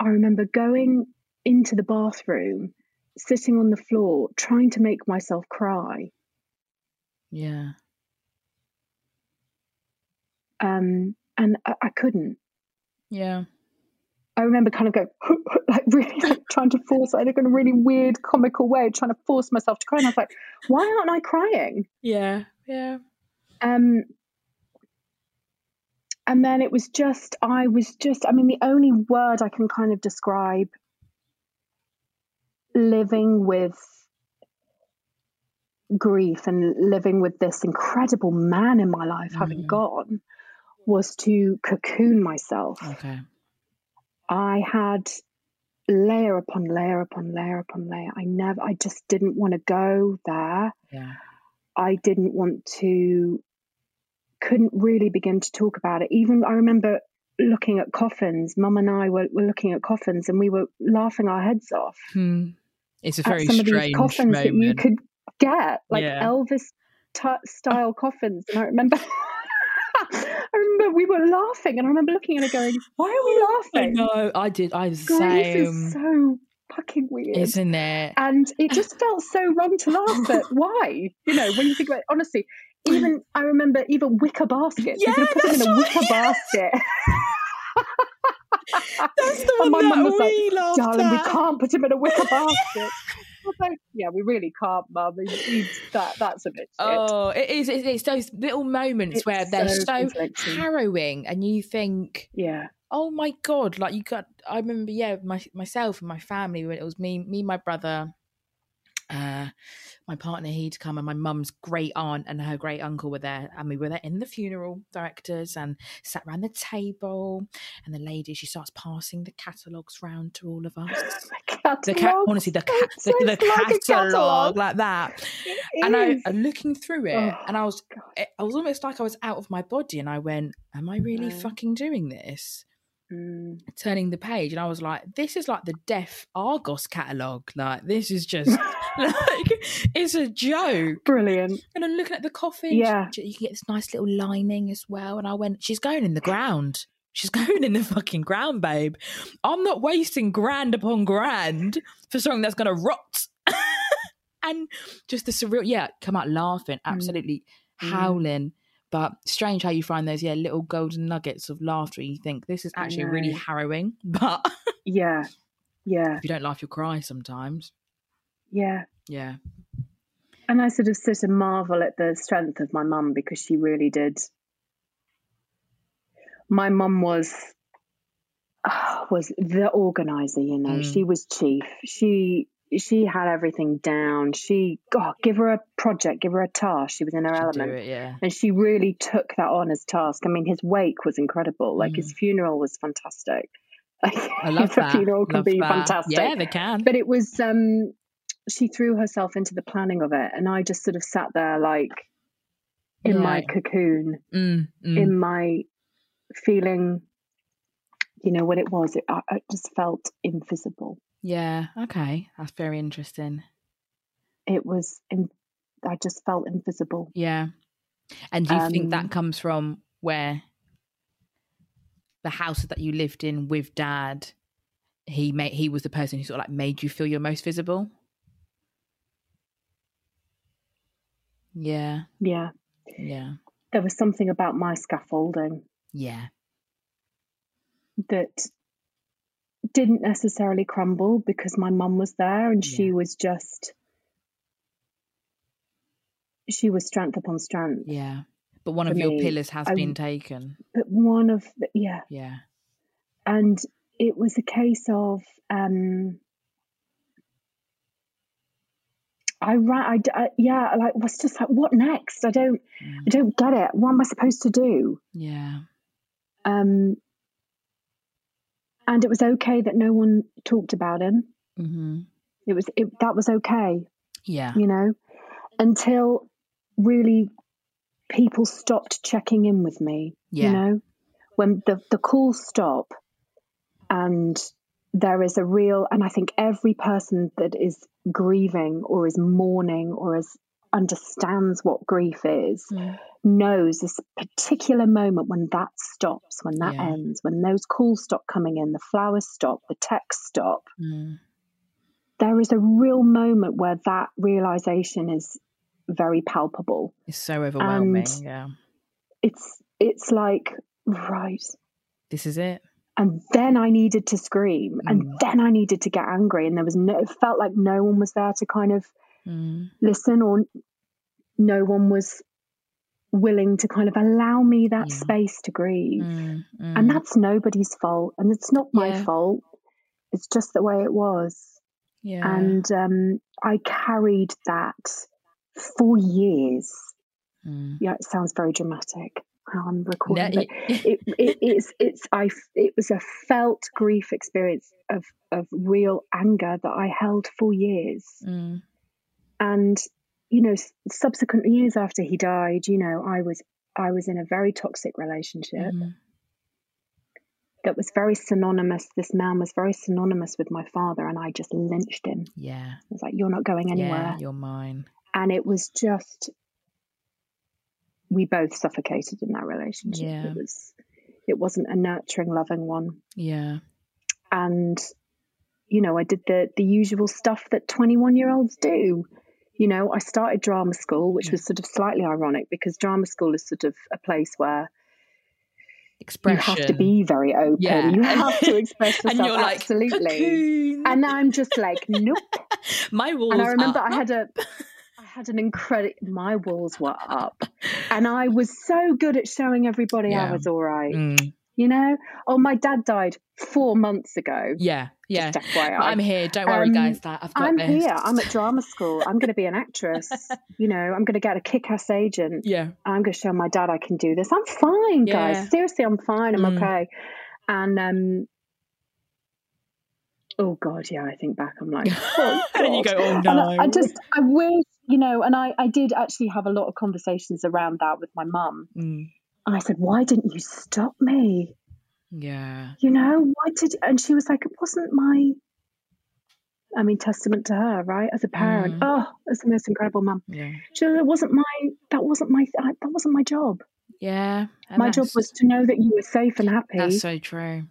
D: i remember going into the bathroom sitting on the floor trying to make myself cry
C: Yeah.
D: um and i, I couldn't
C: Yeah.
D: I remember kind of going (laughs) like really like, trying to force like, in a really weird comical way, trying to force myself to cry. And I was like, why aren't I crying?
C: Yeah. Yeah.
D: Um, and then it was just, I was just, I mean, the only word I can kind of describe living with grief and living with this incredible man in my life having
C: Mhm.
D: gone was to cocoon myself.
C: Okay.
D: I had layer upon layer upon layer upon layer. I never, I just didn't want to go there.
C: Yeah.
D: I didn't want to, couldn't really begin to talk about it. Even I remember looking at coffins, mum and I were, were looking at coffins and we were laughing our heads off
C: Hmm. It's a very
D: at some of these
C: strange
D: coffins
C: moment.
D: that you could get, like
C: Yeah.
D: Elvis t- style coffins. And I remember. (laughs) I remember we were laughing, and I remember looking at her going, "Why are we
C: I
D: laughing?"
C: know. I did. I was the
D: God, this
C: Oh same.
D: is so fucking weird.
C: Isn't it?
D: and it just felt so wrong to
C: (laughs)
D: laugh at. Why? You know, when you think about it, honestly, even I remember even wicker baskets.
C: Yeah,
D: you could have put them in
C: that's
D: a
C: right, (laughs)
D: wicker
C: yes.
D: basket.
C: That's the
D: and
C: one
D: my mum
C: that
D: was like,
C: we laughed
D: darling,
C: at."
D: we can't put him in
C: (laughs)
D: a wicker basket. I was like, yeah, we really can't, mum. He- he- that, that's a bit shit.
C: Oh, it is. It's, it's those little moments
D: It's
C: where they're
D: so
C: so
D: conflicting.
C: harrowing, and you think,
D: Yeah.
C: "Oh my god!" Like you got. I remember, yeah, my, myself and my family. When it was me, me, my brother, uh, my partner, he'd come, and my mum's great aunt and her great uncle were there, and we were there in the funeral directors, and sat around the table, and the lady she starts passing the catalogues round to all of us.
D: (gasps)
C: The cat,
D: Catalogues.
C: honestly, the, ca-
D: It's
C: the, the
D: like a
C: catalogue
D: catalogue.
C: like that
D: It
C: and I uh,
D: is.
C: I'm looking through it,
D: Oh,
C: and I was, I was almost like I was out of my body, and I went, "Am I really
D: No.
C: fucking doing this?"
D: Mm.
C: Turning the page, and I was like, "This is like the Deaf Argos catalog. Like this is just (laughs) like it's a joke."
D: Brilliant.
C: And I'm looking at the coffin.
D: Yeah.
C: she- you can get this nice little lining as well. And I went, "She's going in the ground." She's (laughs) going in the fucking ground, babe. I'm not wasting grand upon grand for something that's going to rot. (laughs) and just the surreal, yeah, come out laughing,
D: Mm.
C: absolutely howling. But strange how you find those, yeah, little golden nuggets of laughter. And you think this is
D: I
C: actually really
D: know.
C: harrowing, (laughs) but
D: Yeah. Yeah.
C: if you don't laugh, you'll cry sometimes.
D: Yeah.
C: Yeah.
D: And I sort of sit and marvel at the strength of my mum because she really did. My mum was ah, was the organizer, you know.
C: Mm.
D: She was chief. She she had everything down. She God, give her a project, give her a task. She was in her
C: Should do
D: element.
C: it, yeah.
D: And she really took that on as task. I mean, his wake was incredible. Like his funeral was fantastic.
C: Mm.
D: (laughs)
C: I love
D: a
C: that.
D: funeral can
C: Love
D: be
C: that.
D: fantastic
C: Yeah, they can.
D: but it was um she threw herself into the planning of it and i just sort of sat there like in my
C: Yeah.
D: cocoon
C: Mm, mm.
D: in my feeling you know what it was it, I, I just felt invisible
C: Yeah. Okay. That's very interesting.
D: it was in, i just felt invisible
C: Yeah. And do you think
D: Um,
C: that comes from where the house that you lived in with dad, he made he was the person who sort of like made you feel your most visible? Yeah.
D: yeah
C: Yeah.
D: there was something about my scaffolding
C: Yeah.
D: that didn't necessarily crumble because my mum was there and she
C: Yeah.
D: was just she was strength upon strength
C: Yeah. But one
D: For
C: of your
D: me,
C: pillars has
D: I-
C: been taken.
D: but one of the, yeah
C: Yeah.
D: and it was a case of um I ran, I, d- I- yeah, like was just like, what next? I don't, I don't get it. What am I supposed to do?
C: Yeah.
D: Um, and it was okay that no one talked about him.
C: Mhm.
D: It was, it, that was okay,
C: Yeah.
D: you know, until really people stopped checking in with me.
C: Yeah.
D: You know, when the, the calls stop and there is a real, and I think every person that is grieving or is mourning or is understands what grief is
C: Hmm.
D: knows this particular moment when that stops when that
C: Yeah.
D: ends when those calls stop coming in the flowers stop the texts stop
C: Mm.
D: there is a real moment where that realization is very palpable
C: It's so overwhelming.
D: And-
C: yeah.
D: it's it's like right
C: This is it.
D: and then i needed to scream and
C: Mm.
D: then i needed to get angry and there was no it felt like no one was there to kind of
C: Mm.
D: listen or no one was willing to kind of allow me that
C: Yeah.
D: space to grieve
C: Mm. Mm.
D: and that's nobody's fault and it's not my
C: Yeah.
D: fault it's just the way it was
C: yeah.
D: and um, i carried that for years
C: Mm.
D: yeah it sounds very dramatic how i'm recording
C: No,
D: but
C: y-
D: it,
C: (laughs)
D: it it's it's I f- it was a felt grief experience of of real anger that I held for years,
C: Mm,
D: and you know, s- subsequent years after he died, you know, I was I was in a very toxic relationship
C: mhm.
D: that was very synonymous. This man was very synonymous with my father, and I just lynched him. I
C: Yeah.
D: was like, "You're not going anywhere,"
C: Yeah, you're mine.
D: and it was just we both suffocated in that relationship.
C: Yeah.
D: It was it wasn't a nurturing, loving one.
C: Yeah.
D: and you know i did the the usual stuff that 21 year olds do you know i started drama school which was sort of slightly ironic because drama school is sort of a place where
C: Expression.
D: you have to be very open
C: Yeah.
D: you
C: (laughs)
D: have to express yourself
C: and you're like,
D: absolutely
C: "Cocoon."
D: and i'm just like (laughs) nope
C: my walls.
D: and i remember
C: up.
D: i had a
C: (laughs)
D: i had an incredible my walls were up and i was so good at showing everybody i
C: Yeah.
D: was all right
C: Mm,
D: you know oh my dad died four months ago
C: yeah. Yeah.
D: Just FYI.
C: But I'm here. Don't worry,
D: Um,
C: guys. That I've got
D: I'm
C: this.
D: here. I'm at drama school. I'm going to be an actress. You know, I'm going to get a kick-ass agent.
C: (laughs) yeah.
D: I'm going to show my dad I can do this. I'm fine,
C: Yeah.
D: guys. Seriously, I'm fine. I'm
C: Mm.
D: okay. And um, oh god, yeah. I think back.
C: (laughs)
D: I'm like, oh,
C: And then you
D: God.
C: go, "Oh,
D: And I- I
C: no."
D: just, I wish, you know. And I, I did actually have a lot of conversations around that with my mum.
C: Mm,
D: And I said, why didn't you stop me?
C: yeah.
D: you know why did and she was like it wasn't my i mean testament to her right as a
C: Mm.
D: parent oh that's the most incredible mum
C: Yeah.
D: she was, it wasn't my that wasn't my I, that wasn't my job
C: Yeah. and
D: My job
C: that's-
D: was to know that you were safe and happy,
C: That's so true.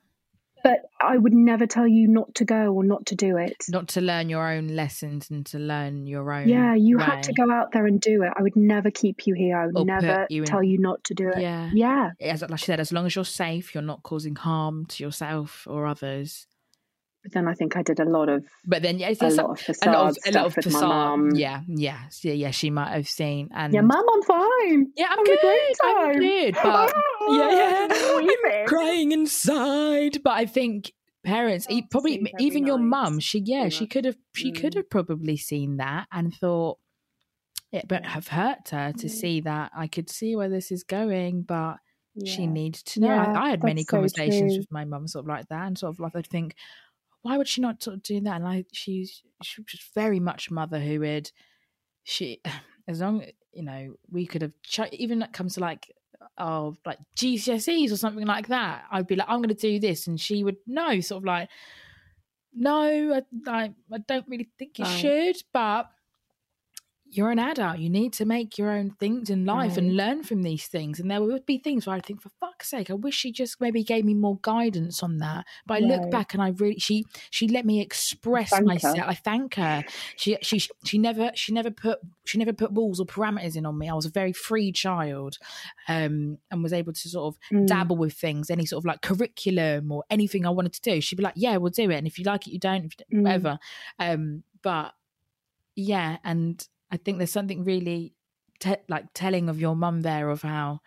D: but I would never tell you not to go or not to do it.
C: Not to learn your own lessons and to learn your own.
D: yeah, you had to
C: way.
D: go out there and do it. I would never keep you here. I would
C: Or put
D: never
C: you in-
D: tell you not to do it.
C: Yeah.
D: yeah,
C: As like she said, as long as you're safe, you're not causing harm to yourself or others.
D: but then I think I did a lot of
C: But then, yeah, it's
D: A
C: it's
D: lot
C: like-
D: of
C: a lot of,
D: facade
C: a lot of
D: stuff with my
C: facade.
D: mum.
C: Yeah, yeah, yeah, yeah. She might have seen and
D: yeah, Mum, I'm fine.
C: Yeah, I'm
D: Having
C: good.
D: a great
C: I'm
D: time. (laughs)
C: good, but- yeah, yeah. (laughs)
D: Weeping.
C: crying inside. But I think parents, e-
D: Can't
C: probably
D: sleep every
C: even your
D: night,
C: mum, she yeah,
D: pretty
C: she
D: much.
C: could have she could
D: Mm.
C: have probably seen that and thought it but have hurt her to see that. I could see where this is going, but she
D: Yeah.
C: needs to know.
D: Yeah,
C: I, I had many
D: that's so
C: conversations
D: true.
C: with my mum, sort of like that, and sort of like I'd think, why would she not sort of do that? And I, she's she was just very much a mother who would, she, (sighs) as long you know, we could have ch- even that comes to like of like GCSEs or something like that. I'd be like, I'm going to do this, and she would no, sort of like, no, I, I, I don't really think you
D: Right.
C: should, but you're an adult. You need to make your own things in life and learn from these things. And there would be things where I'd think, for fuck's sake, I wish she just maybe gave me more guidance on that. But I look
D: Right.
C: back and I really she she let me express
D: Thank her.
C: myself. I thank her. She she she never she never put she never put rules or parameters in on me. I was a very free child, um, and was able to sort of
D: Mm.
C: dabble with things, any sort of like curriculum or anything I wanted to do. She'd be like, "Yeah, we'll do it," and if you like it, you don't, if you don't
D: Mm.
C: whatever. Um, but yeah, and I think there's something really te- like telling of your mum there of how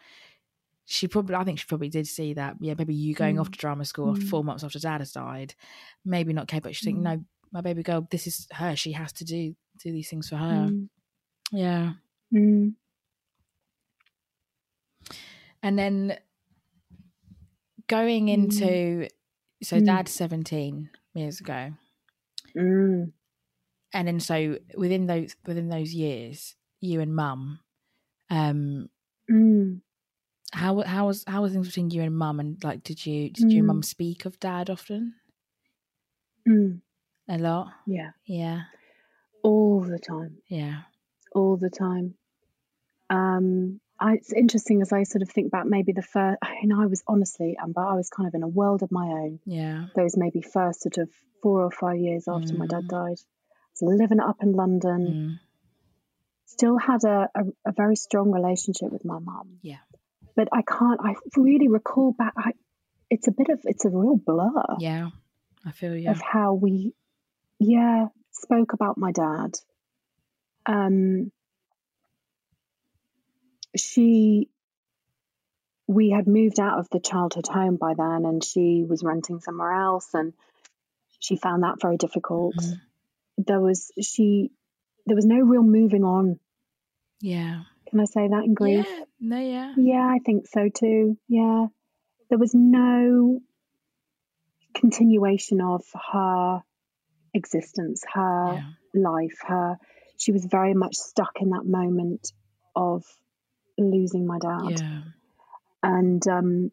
C: she probably, I think she probably did see that. Yeah, maybe you going off
D: Mm.
C: to drama school after
D: Mm.
C: four months after dad has died, maybe not care, but she's thinking,
D: Mm.
C: no, my baby girl, this is her. She has to do do these things for her.
D: Mm.
C: Yeah.
D: Mm.
C: And then going
D: Mm.
C: into so
D: Mm.
C: dad's 17 years ago.
D: Mm.
C: And then so within those within those years, you and mum, um,
D: Mm.
C: how how was how was things between you and mum and like did you did you and
D: Mm.
C: mum speak of dad often?
D: Mm.
C: A lot?
D: Yeah,
C: Yeah.
D: all the time.
C: Yeah.
D: all the time. Um, I, it's interesting as I sort of think back, maybe the first, I know I was honestly, Amber, I was kind of in a world of my own.
C: Yeah.
D: Those maybe first sort of four or five years after my dad died. I was living it up in London,
C: Mm.
D: still had a, a, a very strong relationship with my mum.
C: Yeah.
D: But I can't, I really recall back, I, it's a bit of, it's a real blur
C: Yeah. I feel you.
D: of how we yeah spoke about my dad um she we had moved out of the childhood home by then and she was renting somewhere else and she found that very difficult
C: Mhm.
D: there was she there was no real moving on
C: Yeah.
D: can i say that in grief
C: Yeah. No, yeah.
D: yeah, I think so too. Yeah. There was no continuation of her existence, her
C: Yeah.
D: life, her she was very much stuck in that moment of losing my dad.
C: Yeah.
D: And um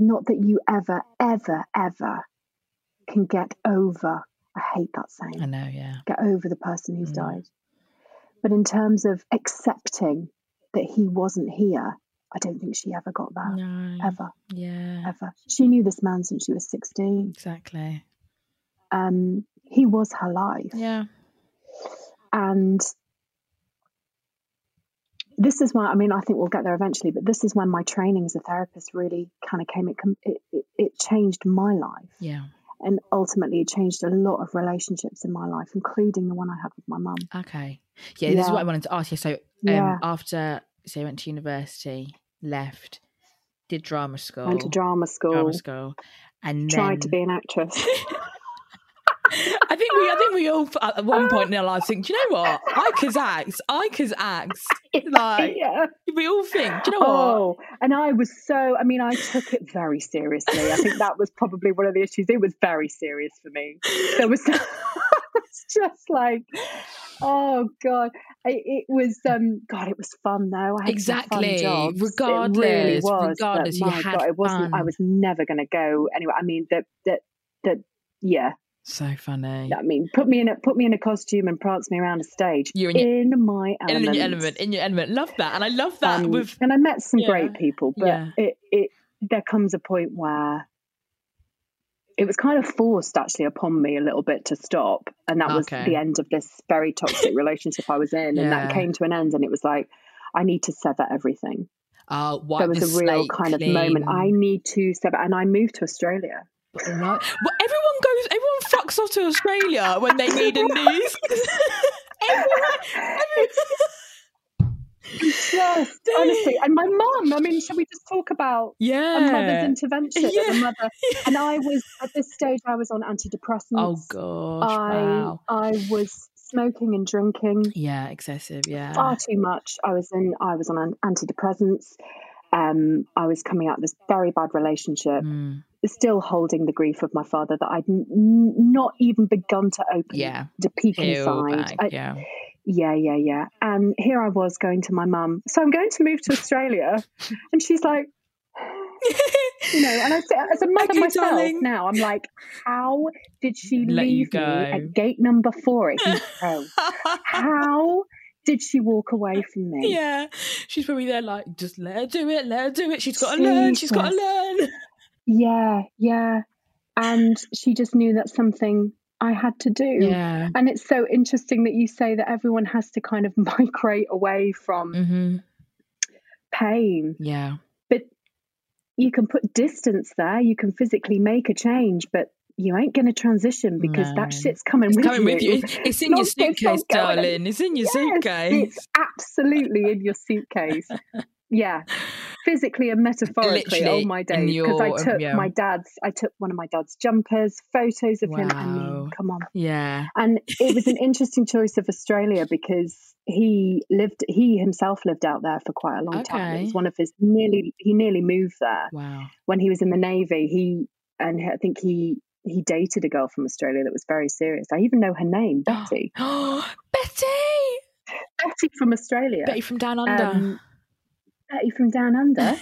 D: not that you ever, ever, ever can get over I hate that saying
C: I know, yeah.
D: get over the person who's
C: Mm.
D: died. But in terms of accepting that he wasn't here, I don't think she ever got that.
C: No.
D: Ever,
C: Mm. Yeah.
D: ever. She knew this man since she was 16.
C: Exactly.
D: Um, he was her life.
C: Yeah.
D: And this is why, I mean, I think we'll get there eventually, but this is when my training as a therapist really kind of came. It, com- it, it, it changed my life.
C: Yeah.
D: And ultimately, it changed a lot of relationships in my life, including the one I had with my mum.
C: Okay. Yeah, this is
D: Yeah.
C: what I wanted to ask you. So, um,
D: Yeah.
C: after so you went to university, left, did drama school,
D: Went to drama school.
C: Oh. drama school, and
D: tried to
C: then-
D: be an actress.
C: (laughs) I think we, I think we all at at one point in our lives think, do you know what? I
D: (laughs)
C: could act. I could act. Like
D: yeah.
C: we all think, do you know what?
D: Oh, and I was so, I mean, I took it very seriously. I think that was probably one of the issues. It was very serious for me. There was, (laughs) it's just like, oh God. I, it was, um, God, it was fun though. I had some fun
C: Exactly.
D: jobs. It really
C: Regardless-
D: was. but
C: regardless, you
D: my
C: had
D: God, it wasn't, I
C: fun.
D: was never going to go anywhere. I mean, that, that, that, yeah,
C: So funny.
D: I mean, put me in a put me in a costume and prance me around a stage.
C: You're in your-
D: my element.
C: In your element, in your element. Love that. And I love that
D: Um,
C: with
D: and I met some
C: yeah,
D: great people, but
C: yeah.
D: it, it there comes a point where it was kind of forced actually upon me a little bit to stop, and that was
C: Okay.
D: the end of this very toxic relationship I was in, and
C: Yeah.
D: that came to an end, and it was like. I need to sever everything.
C: uh wipe
D: there
C: the
D: was a real
C: slate
D: kind
C: clean.
D: of moment. I need to sever, and I moved to Australia.
C: Right. Well, everyone goes, everyone fucks off to Australia when they need a
D: (laughs)
C: news. everyone,
D: Yes, honestly. And my mum. I mean, should we just talk about
C: yeah.
D: a mother's intervention as
C: Yeah.
D: a mother. And
C: (laughs)
D: I was at this stage I was on antidepressants.
C: oh gosh!
D: I
C: wow.
D: I was smoking and drinking
C: Yeah, excessive. Yeah.
D: far too much. I was in I was on an- antidepressants. Um, I was coming out of this very bad relationship,
C: Mm,
D: still holding the grief of my father that I'd n- n- not even begun to open
C: yeah.
D: to peek
C: Heel
D: inside.
C: back,
D: I-
C: yeah.
D: (laughs)
C: (laughs)
D: yeah, yeah, yeah. And here I was going to my mum. So I'm going to move
C: (laughs)
D: to Australia, and she's like, you know, and I say, as a mother
C: Okay,
D: myself
C: darling.
D: now, I'm like, how did she
C: Let you
D: leave
C: go.
D: me at gate number
C: (laughs)
D: four at Heathrow? how did she walk away from me?
C: yeah. She's probably there, like, just let her do it. Let her do it. She's got to learn. She's got to
D: Jesus.
C: learn.
D: yeah, yeah. And she just knew that's something I had to do.
C: Yeah.
D: And it's so interesting that you say that everyone has to kind of (laughs) migrate away from
C: Mm-hmm.
D: pain.
C: Yeah.
D: but you can put distance there you can physically make a change but you ain't going to transition because
C: No.
D: that shit's coming,
C: It's
D: with,
C: coming
D: you.
C: with
D: (laughs)
C: you. It's- It's in
D: Not-
C: your
D: it's not
C: suitcase,
D: going.
C: darling. It's in your
D: Yes,
C: suitcase.
D: it's absolutely in
C: (laughs)
D: your suitcase yeah physically and metaphorically
C: Literally
D: oh my
C: in
D: days because i
C: your-
D: took
C: yeah.
D: my dad's i took one of my dad's jumpers photos of him i
C: Wow.
D: mean come on
C: Yeah.
D: and it was an interesting choice of Australia because he lived he himself lived out there for quite a long time.
C: Okay.
D: It was one of his nearly he nearly moved there
C: Wow.
D: when he was in the navy. He and I think he he dated a girl from Australia that was very serious. I even know
C: (gasps)
D: her name, Betty.
C: Betty.
D: Betty from Australia.
C: Betty from down under. (laughs)
D: Um, Betty from Down Under.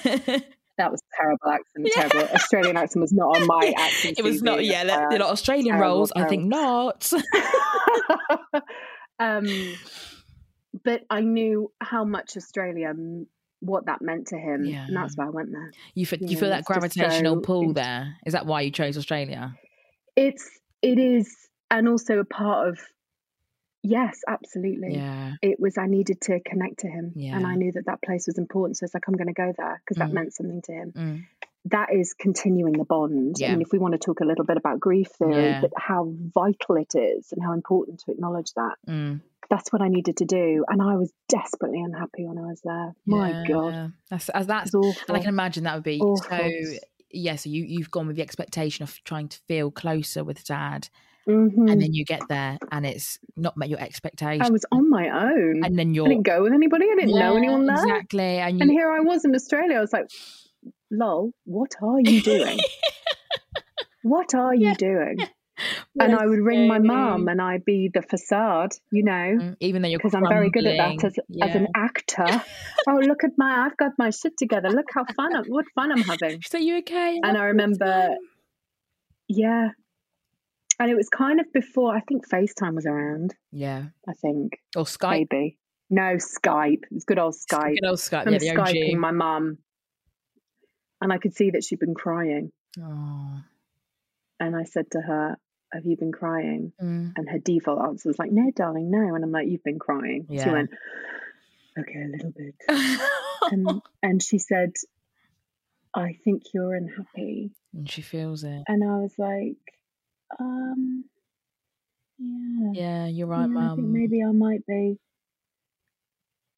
D: That was terrible accent.
C: Yeah.
D: Terrible Australian accent was not on my
C: (laughs)
D: accent.
C: it was
D: CV.
C: not. Yeah,
D: Uh,
C: they're not Australian
D: terrible,
C: rolls. I think not. (laughs)
D: (laughs) um, but I knew how much Australia, m- what that meant to him,
C: Yeah.
D: and that's why I went there.
C: You feel, you
D: Yeah,
C: feel that
D: it's just
C: gravitational
D: so
C: pull
D: int-
C: there. Is that why you chose Australia?
D: It's it is, and also a part of. Yes, absolutely.
C: Yeah.
D: It was. I needed to connect to him,
C: Yeah.
D: and I knew that that place was important. So it's like I'm going to go there because
C: Mm.
D: that meant something to him.
C: Mm.
D: That is continuing the bond.
C: Yeah.
D: I mean, if we want to talk a little bit about grief theory,
C: Yeah.
D: but how vital it is and how important to acknowledge that.
C: Mm.
D: that's what I needed to do. And I was desperately unhappy when I was there. My God.
C: Yeah. That's as that's.
D: It's awful.
C: And I can imagine that would be so.
D: Awful.
C: Yeah. So you you've gone with the expectation of trying to feel closer with dad,
D: Mhm.
C: and then you get there and it's not met your expectations,
D: I was on my own.
C: and then
D: I
C: you're
D: didn't go with anybody. I didn't know
C: Yeah,
D: anyone there.
C: exactly, and you
D: And here I was in Australia. I was like, lol, what are
C: (laughs)
D: you doing? what are you doing? And I would ring my mum and I'd be the facade, you know.
C: Mm, even though you're
D: because I'm very good at that as,
C: crumbling.
D: as an
C: Yeah.
D: actor.
C: (laughs)
D: oh, look at my, I've got my shit together. Look how fun, I'm, what fun
C: (laughs)
D: I'm having.
C: So you okay?
D: And I remember, yeah. And it was kind of before, I think FaceTime was around,
C: Yeah.
D: I think,
C: Or Skype.
D: maybe. No, Skype. It was good old Skype.
C: Good old Skype.
D: I'm
C: Yeah, the OG.
D: Skyping my mum. And I could see that she'd been crying.
C: Oh.
D: And I said to her, Have you been crying?
C: Mm.
D: And her default answer was like, No, darling, no. And I'm like, You've been crying. She
C: Yeah.
D: went, Okay, a little
C: (laughs)
D: bit. and, and she said, I think you're unhappy.
C: and she feels it.
D: And I was like, um, yeah,
C: Yeah, you're right,
D: yeah, I think
C: mum.
D: maybe I might be.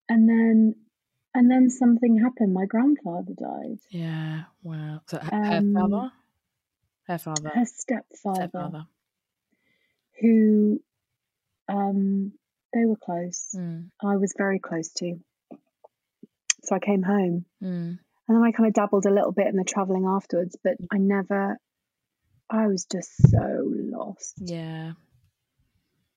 D: And then, and then something happened. My grandfather died.
C: Yeah. Wow. So her,
D: Um,
C: her father. Her father.
D: Her stepfather,
C: stepfather.
D: who, um, they were close.
C: Mm.
D: I was very close to. So I came home.
C: Mm.
D: And then I kind of dabbled a little bit in the traveling afterwards, but I never, I was just so lost.
C: Yeah.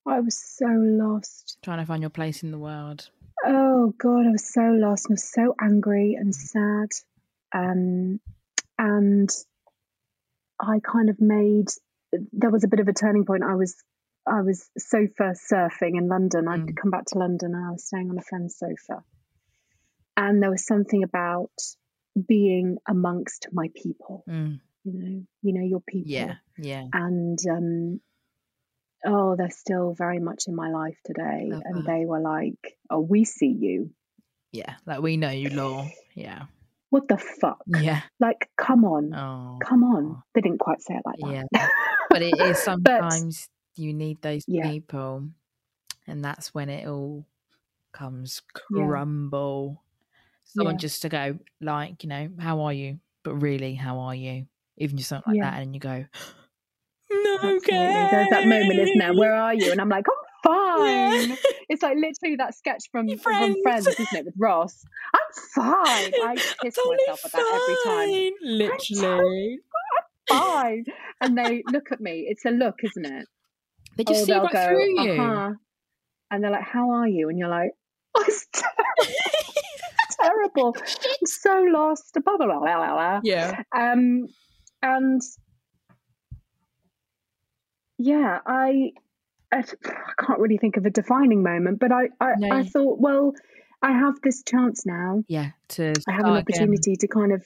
D: I was so lost.
C: Trying to find your place in the world.
D: Oh God, I was so lost and I was so angry and sad. Um, and I kind of made there was a bit of a turning point. I was I was sofa surfing in London. I'd
C: Mm.
D: come back to London and I was staying on a friend's sofa. And there was something about being amongst my people,
C: Mm.
D: you know, you know your people.
C: Yeah. Yeah.
D: And um oh, they're still very much in my life today.
C: Love
D: and
C: that.
D: they were like, Oh, we see you.
C: Yeah. Like we know you, Law. Yeah.
D: What the fuck?
C: Yeah.
D: Like, come on.
C: Oh.
D: Come on. They didn't quite say it like that. (laughs)
C: Yeah. But it is sometimes you need those
D: Yeah.
C: people, and that's when it all comes
D: Yeah.
C: crumble. Someone
D: Yeah.
C: just to go like, you know, how are you? But really, how are you? Even just something like
D: Yeah.
C: that, and you go, (gasps) no,
D: Absolutely. There's that moment, isn't there?
C: Kate."
D: Where are you? And I'm like, I'm fine.
C: Yeah.
D: It's like literally that sketch from
C: Your
D: from
C: friends.
D: Friends, isn't it, with Ross? I'm
C: (laughs)
D: fine. I
C: I'm
D: piss
C: totally
D: myself at that every time.
C: fine. Literally,
D: Fine. And they look at me. It's a look, isn't it?
C: they just see
D: Oh, they'll
C: right through you.
D: "Uh-huh." And they're like, How are you? And you're like, (laughs) oh, It's
C: (laughs)
D: terrible. terrible. I'm so lost. Blah, blah, blah, blah, blah, blah.
C: Yeah,
D: um and yeah I, I I can't really think of a defining moment but i i,
C: No.
D: I thought well i have this chance now
C: yeah. To
D: i have an
C: start again.
D: opportunity to kind of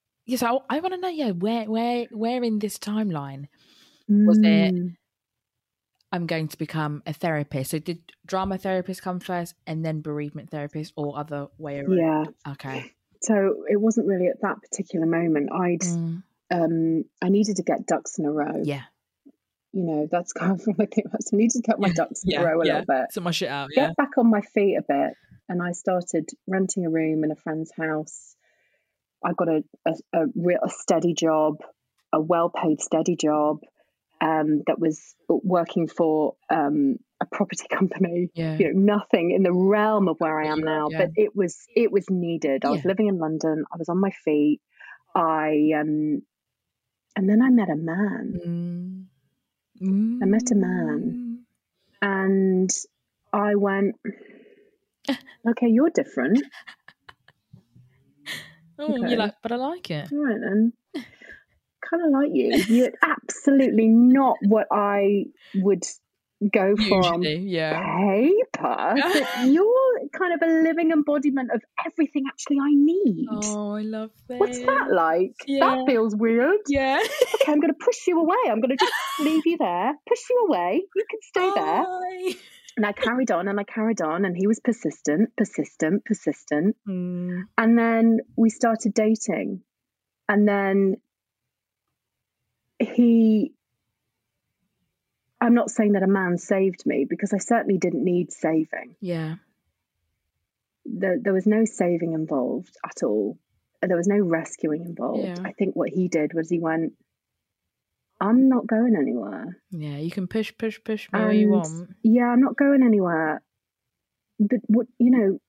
C: Yes, I, I want to know. Yeah, where where where in this timeline Was it-
D: mm,
C: I'm going to become a therapist? So did drama therapist come first, and then bereavement therapist, or other way around?
D: yeah
C: Okay.
D: so it wasn't really at that particular moment i'd
C: Mm,
D: um i needed to get ducks in a row
C: yeah.
D: you know that's kind of (laughs) what i think that's i needed to get my ducks in a row a little bit
C: Sort my shit out.
D: get back on my feet a bit and i started renting a room in a friend's house i got a, a, a real a steady job a well-paid steady job um, that was working for um, a property (laughs) company
C: Yeah.
D: you know nothing in the realm of where i
C: Yeah,
D: am
C: you
D: now
C: are, yeah.
D: but it was it was needed i was
C: Yeah.
D: living in london i was on my feet i um and then i met a man
C: Mm. Mm.
D: I met a man. and
C: (laughs)
D: I went, okay, you're different.
C: Oh,
D: Okay.
C: you're like, but I like it.
D: All right then. Kind of like you.
C: (laughs)
D: You're absolutely not what I would go for on
C: Usually, yeah. (laughs)
D: paper. but you're kind of a living embodiment of everything actually I need.
C: Oh, I love that.
D: What's that like?
C: Yeah.
D: That feels weird.
C: Yeah.
D: Okay, I'm going to push you away. I'm going to
C: (laughs)
D: just leave you there. Push you away. You can stay there.
C: Bye.
D: And I carried on and I carried on. And he was persistent, persistent, persistent.
C: Mm.
D: And then we started dating. And then he, I'm not saying that a man saved me because I certainly didn't need saving.
C: Yeah.
D: There, there was no saving involved at all. There was no rescuing involved.
C: Yeah.
D: I think what he did was he went, I'm not going anywhere.
C: Yeah. You can push, push, push me all you
D: And,
C: want.
D: Yeah, I'm not going anywhere. But what you know,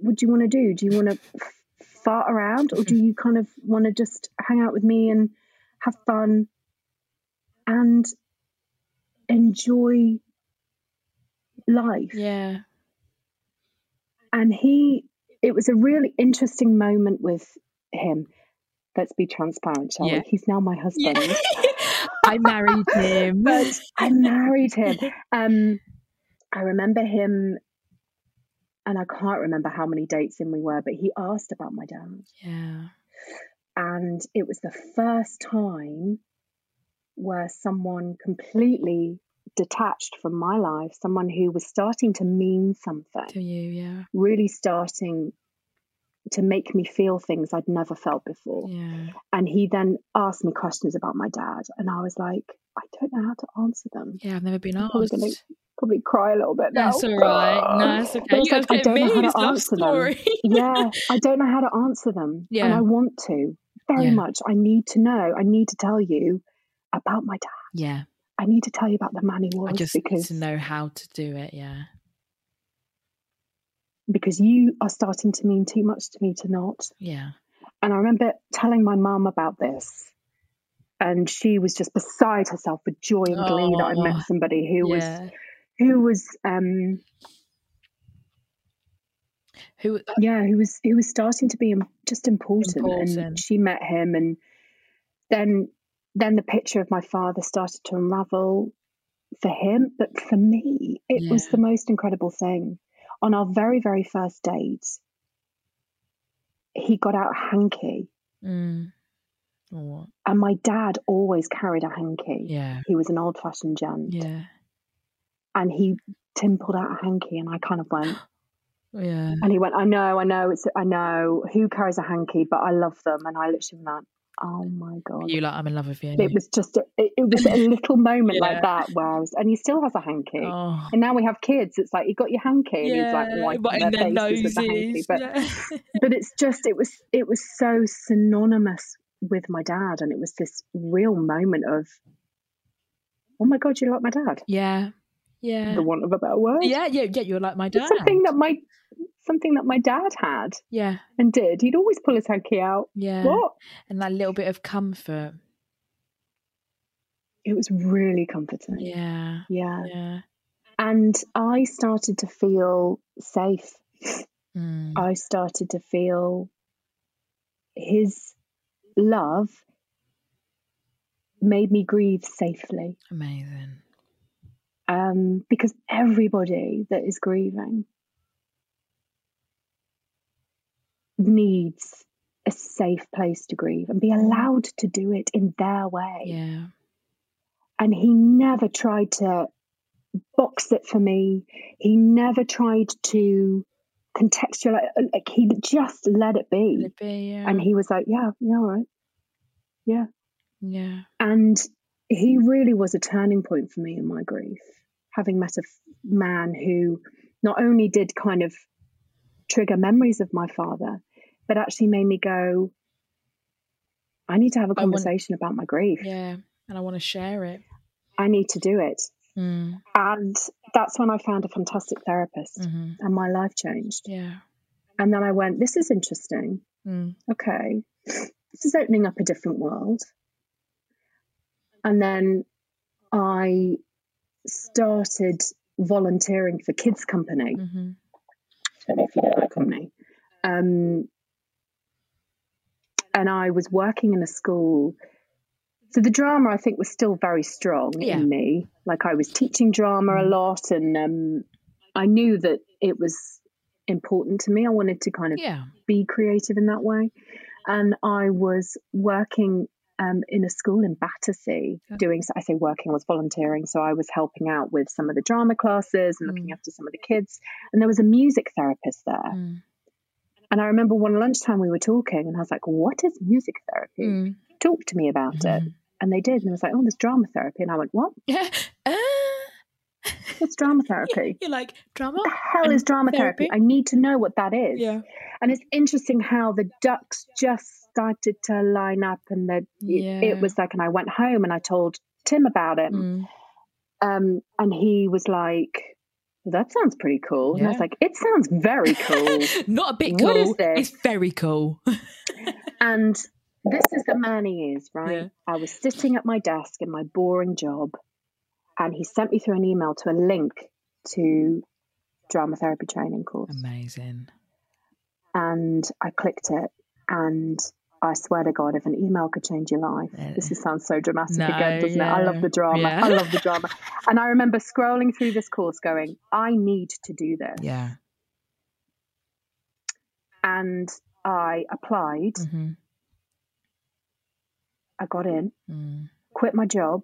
D: what do you want to do? Do you want to fart around, or
C: (laughs)
D: do you kind of want to just hang out with me and have fun and enjoy life?
C: Yeah.
D: And he, it was a really interesting moment with him. Let's be transparent, shall
C: Yeah.
D: we? He's now my husband.
C: I married him.
D: (laughs) but I married him. Um, I remember him, and I can't remember how many dates in we were, but he asked about my dad,
C: yeah.
D: and it was the first time where someone completely detached from my life, someone who was starting to mean
C: to
D: something,
C: you, yeah.
D: really starting to make me feel things I'd never felt before.
C: Yeah.
D: And he then asked me questions about my dad, and I was like, I don't know how to answer them.
C: Yeah, I've never been
D: I'm probably gonna
C: asked.
D: probably cry a little bit now.
C: That's all
D: (laughs)
C: right. No,
D: Ah.
C: it's
D: I
C: okay.
D: was
C: You
D: like,
C: have
D: I
C: to
D: don't know
C: admit
D: how
C: his
D: to
C: love
D: answer them.
C: story. (laughs)
D: yeah, I don't know how to answer them, and
C: Yeah.
D: I want to very
C: Yeah.
D: much. I need to know. I need to tell you about my dad.
C: Yeah.
D: I need to tell you about the man he was
C: I just need
D: because
C: to know how to do it, yeah.
D: because you are starting to mean too much to me to not.
C: Yeah.
D: And I remember telling my mum about this, and she was just beside herself with joy and glee that I
C: Oh,
D: met somebody who
C: yeah.
D: was who was um
C: Who
D: yeah he was he was starting to be im- just important,
C: Important.
D: and she met him and then then the picture of my father started to unravel for him but for me it was
C: Yeah.
D: the most incredible thing on our very very first date he got out a hanky
C: mm, what?
D: and my dad always carried a hanky
C: Yeah.
D: he was an old fashioned gent
C: Yeah.
D: and he tim pulled out a hanky and i kind of went
C: Yeah.
D: And he went, I know, I know, it's I know who carries a hanky, but I love them. And I literally went, Oh my god!
C: You like I'm in love with you.
D: it was just a, it, it was a little moment
C: Yeah.
D: like that where I was, and he still has a hanky.
C: Oh.
D: And now we have kids. It's like you got your hanky, and he's
C: Yeah,
D: like "Oh, wiping
C: in
D: their
C: their
D: faces with the hanky.
C: noses.
D: But
C: yeah.
D: but it's just it was it was so synonymous with my dad, and it was this real moment of, oh my god, you like my dad,
C: yeah. (laughs) Yeah.
D: for want of a better word.
C: Yeah, yeah, yeah, you're like my
D: It's
C: dad.
D: something that my something that my dad had
C: yeah,
D: and did. He'd always pull his hanky out.
C: yeah.
D: What?
C: And that little bit of comfort.
D: It was really comforting.
C: Yeah.
D: Yeah.
C: Yeah.
D: And I started to feel safe.
C: Mm.
D: I started to feel his love made me grieve safely.
C: Amazing.
D: Um, because everybody that is grieving needs a safe place to grieve and be allowed to do it in their way.
C: Mm. Yeah.
D: and he never tried to box it for me. He never tried to contextualize. Like he just let it
C: Let
D: be,
C: it be, yeah.
D: and he was like, "Yeah, yeah, all right, yeah."
C: yeah.
D: And he really was a turning point for me in my grief, having met a f- man who not only did kind of trigger memories of my father, but actually made me go. I need to have a
C: I want-
D: conversation about my grief.
C: Yeah. And I want to share it.
D: I need to do it.
C: Mm.
D: And that's when I found a fantastic therapist
C: hmm
D: and my life changed.
C: Yeah.
D: And then I went, this is interesting.
C: Mm.
D: Okay. This is opening up a different world. And then I started volunteering for Kids Company.
C: hmm
D: I don't know if you know that company. Um, and I was working in a school. So the drama, I think, was still very strong
C: Yeah.
D: in me. Like I was teaching drama a lot, and um, I knew that it was important to me. I wanted to kind of (laughs)
C: Yeah.
D: be creative in that way. And I was working um, in a school in Battersea, doing, I say working, I was volunteering. So I was helping out with some of the drama classes and looking after some of the kids. And there was a music therapist there.
C: Mm.
D: And I remember one lunchtime we were talking, and I was like, What is music therapy?
C: Mm. mm-hmm.
D: Talk to me about it. And they did. And I was like, Oh, there's drama therapy. And I went, What?
C: (laughs) Yeah. Uh,
D: What's drama
C: (laughs)
D: therapy?
C: you're like
D: (laughs)
C: drama.
D: the hell
C: and
D: is drama therapy? I need to know what that is.
C: Yeah.
D: And it's interesting how the ducks just started to line up, and the
C: Yeah.
D: it was like, and I went home and I told Tim about it,
C: Mm.
D: um, and he was like, "That sounds pretty cool," and I
C: Yeah.
D: was like, "It sounds very cool."
C: (laughs) Not a bit cool.
D: What is this?
C: It's very
D: (laughs)
C: cool.
D: and this is the man he is, right?
C: Yeah.
D: I was sitting at my desk in my boring job, and he sent me through an email to a link to drama therapy training course.
C: Amazing.
D: and I clicked it and I swear to God, if an email could change your life,
C: Yeah.
D: this is, sounds so dramatic
C: No,
D: again, doesn't it? I
C: yeah,
D: love the drama.
C: yeah.
D: (laughs) I love the drama. And I remember scrolling through this course going, I need to do this.
C: Yeah.
D: And
C: Mm. mm-hmm,
D: I applied,
C: hmm
D: I got in,
C: Mm. (laughs)
D: quit my job,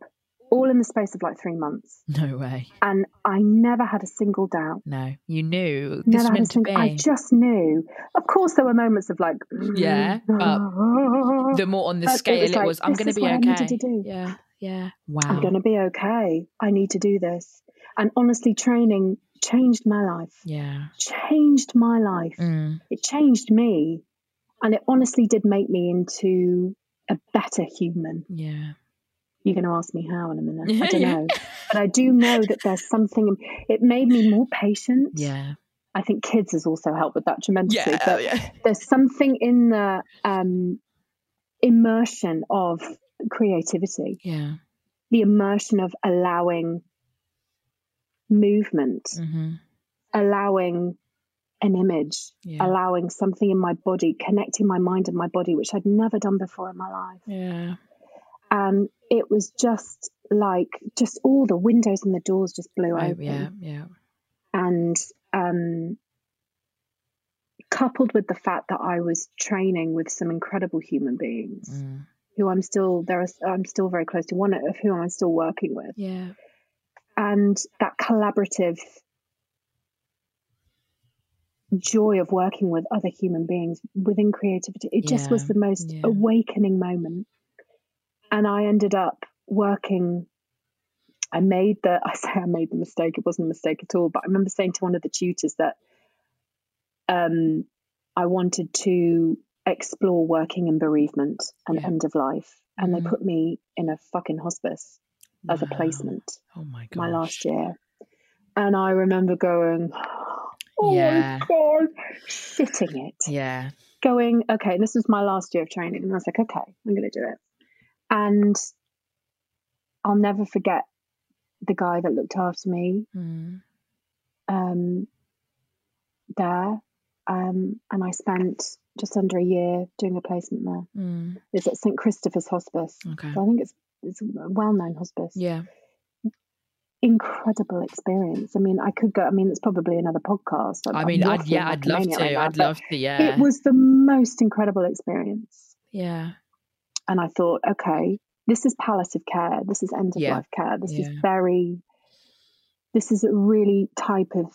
D: all in the space of like three months.
C: No way.
D: And I never had a single doubt.
C: No, you knew this
D: Never had a
C: meant to be.
D: single. I just knew. Of course, there were moments of like,
C: Yeah,
D: (laughs)
C: but the more on the
D: But it
C: scale
D: was
C: it
D: like,
C: was, I'm
D: this
C: going to
D: is
C: be
D: what I needed
C: okay.
D: to do.
C: Yeah, yeah. Wow.
D: I'm going to be okay. I need to do this. And honestly, training changed my life.
C: Yeah.
D: Changed my life.
C: Mm.
D: It changed me. And it honestly did make me into a better human. (laughs)
C: Yeah.
D: You're going to ask me how in a
C: (laughs)
D: minute. I don't
C: Yeah.
D: know. But I do know that there's something, it made me more patient.
C: Yeah.
D: I think kids has also helped with that tremendously.
C: Yeah,
D: but
C: yeah.
D: there's something in the um, immersion of creativity,
C: Yeah.
D: the immersion of allowing movement,
C: Mm-hmm.
D: allowing an image,
C: Yeah.
D: allowing something in my body, connecting my mind and my body, which I'd never done before in my life.
C: Yeah.
D: And it was just like, just all the windows and the doors just blew
C: Oh,
D: open.
C: yeah. Yeah.
D: and um, coupled with the fact that I was training with some incredible human beings
C: Mm.
D: who I'm still there is I'm still very close to one of whom I'm still working with,
C: Yeah.
D: and that collaborative joy of working with other human beings within creativity it just
C: Yeah,
D: was the most
C: yeah.
D: awakening moment and i ended up working i made the (laughs) i say i made the mistake it wasn't a mistake at all but i remember saying to one of the tutors that um i wanted to explore working in bereavement and
C: Yeah.
D: end of life and
C: Mhm.
D: they put me in a fucking hospice as a
C: Wow.
D: placement
C: Oh my god.
D: my last year. And I remember going, (gasps) oh
C: Yeah.
D: my God, shitting it.
C: Yeah.
D: Going, okay, and this was my last year of training. And I was like, okay, I'm going to do it. And I'll never forget the guy that looked after me
C: Mm.
D: um, there. Um, and I spent just under a year doing a placement there.
C: Mm.
D: It's at St. Christopher's Hospice.
C: Okay.
D: So I think it's, it's a well known hospice
C: Yeah.
D: incredible experience. I mean, I could go. I mean, it's probably another podcast. I'm-
C: I
D: I'm
C: mean, I'd,
D: waffling
C: yeah,
D: like
C: I'd
D: a
C: love
D: maniac
C: to.
D: right now,
C: I'd
D: but
C: love to. Yeah.
D: It was the most incredible experience,
C: Yeah.
D: and I thought, okay, this is palliative care. This is end of
C: Yeah.
D: life care. This is
C: Yeah.
D: very. This is a really type of.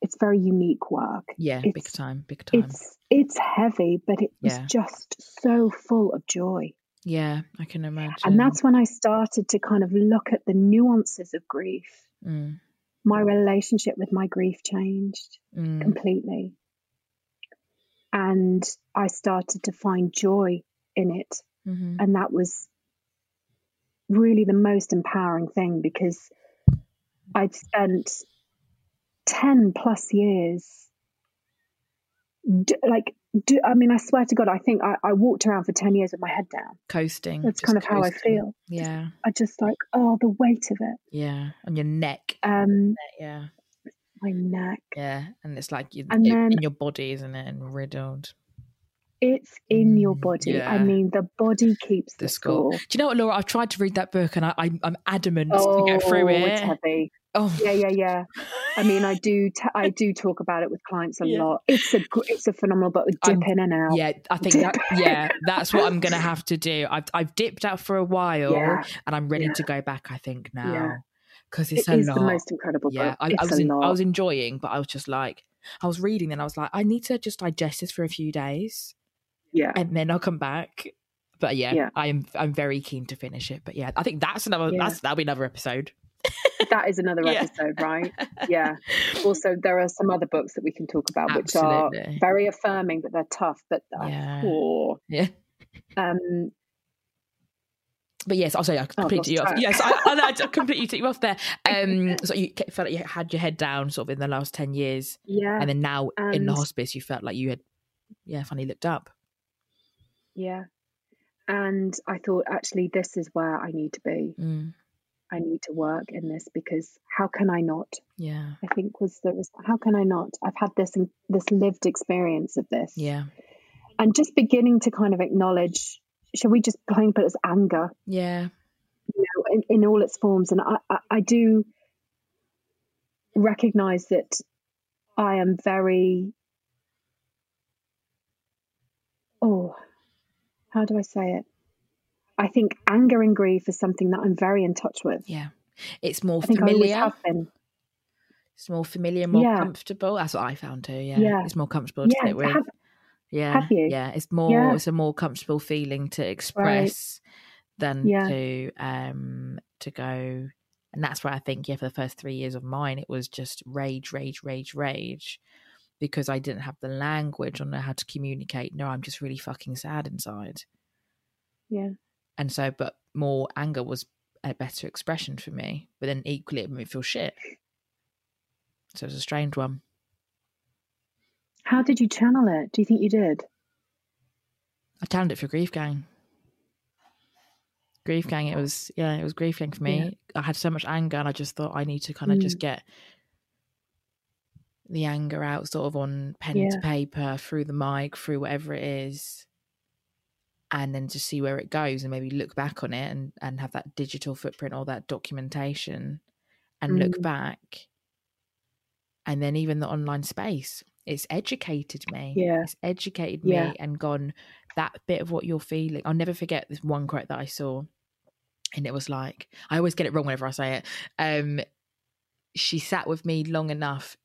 D: It's very unique work.
C: Yeah.
D: it's,
C: Big time. Big time.
D: It's it's heavy, but it
C: Yeah.
D: was just so full of joy.
C: Yeah. I can imagine.
D: And that's when I started to kind of look at the nuances of grief
C: Mm.
D: my relationship with my grief changed
C: Mm.
D: completely. And I started to find joy in it.
C: Mm-hmm.
D: And that was really the most empowering thing because I'd spent 10 plus years. D- like, d I I mean, I swear to God, I think I, I walked around for 10 years with my head down.
C: Coasting.
D: That's
C: Mm, just
D: kind of how I
C: coasting.
D: feel.
C: Yeah.
D: I just like, oh, the weight of it.
C: Yeah. On your neck.
D: Um,
C: Yeah.
D: my neck.
C: Yeah. And it's like you,
D: And
C: it-
D: then-
C: in your body, isn't it? And riddled.
D: It's in your
C: Mm,
D: body. I
C: yeah.
D: mean, the body keeps the,
C: The
D: score.
C: score. Do you know what, Laura? I've tried to read that book and I, I'm, I'm adamant (laughs) to get through it.
D: Oh, it's heavy.
C: Oh,
D: Yeah, yeah, yeah. I mean, I do, t- I do talk about it with clients a
C: Yeah.
D: lot. It's a, gr- it's a phenomenal book.
C: I'm-
D: Dip in and out.
C: Yeah, I think that, yeah, that's what I'm gonna have to do. I've I've dipped out for a while,
D: Yeah.
C: and I'm ready
D: Yeah.
C: to go back. I think
D: Yeah.
C: now because
D: It
C: it's a
D: is
C: lot.
D: the most incredible
C: yeah,
D: book.
C: I,
D: it's
C: I was
D: a
C: in,
D: lot.
C: I was enjoying, but I was just like I was reading, and I was like, I need to just digest this for a few days, (laughs)
D: yeah,
C: and then I'll come back. But yeah,
D: Yeah.
C: I am I'm very keen to finish it. But yeah, I think that's another
D: Yeah.
C: that's that'll be another episode.
D: that is another
C: Yeah. (laughs)
D: episode, right? Yeah. Also, there are some other books that we can talk about, which
C: Absolutely.
D: are very affirming, but they're tough. But uh,
C: Yeah.
D: oh,
C: Yeah.
D: um,
C: But yes, I'll say I
D: Oh, I've
C: completely you
D: lost
C: off.
D: track.
C: Yes, I, I, know, I completely took you off
D: (laughs)
C: there. Um, so you ke- felt like you had your head down sort of in the last ten years,
D: yeah,
C: and then now in the
D: and-
C: hospice, you felt like you had, yeah, finally looked up.
D: yeah. And I thought, actually, this is where I need to be.
C: Mm,
D: I need to work in this because how can I not?
C: yeah,
D: I think was the res- how can I not? I've had this in- this lived experience of this,
C: yeah,
D: and just beginning to kind of acknowledge. Shall we just plain put it as anger,
C: yeah,
D: you know, in, in all its forms? And I, I, I do recognize that I am very. Oh, how do I say it? I think anger and grief is something that I'm very in touch with.
C: Yeah. It's more
D: I think I always
C: familiar.
D: have been.
C: it's more familiar, more
D: Yeah.
C: comfortable. That's what I found too. Yeah.
D: Yeah.
C: It's more comfortable to
D: Yeah,
C: sit with.
D: have-
C: yeah.
D: have you?
C: Yeah. It's more
D: Yeah.
C: it's a more comfortable feeling to express than
D: Yeah.
C: to um to go and that's where I think, yeah, for the first three years of mine it was just rage, rage, rage, rage. Because I didn't have the language or know how to communicate. No, I'm just really fucking sad inside.
D: yeah,
C: And so, but more anger was a better expression for me. But then equally, it made me feel shit. So it was a strange one.
D: how did you channel it? Do you think you did?
C: I channeled it for Grief Gang. Grief Gang, it was, yeah, it was Grief Gang for me. I had so much anger and I just thought I need to kind of
D: Mm.
C: just get the anger out sort of on pen to
D: Yeah.
C: paper, through the mic, through whatever it is. And then just see where it goes and maybe look back on it and, and have that digital footprint or that documentation and look
D: Mm.
C: back. And then even the online space, it's educated me.
D: Yeah.
C: It's educated me
D: Yeah.
C: and gone, that bit of what you're feeling. I'll never forget this one quote that I saw. And it was like, I always get it wrong whenever I say it. Um, she sat with me long enough.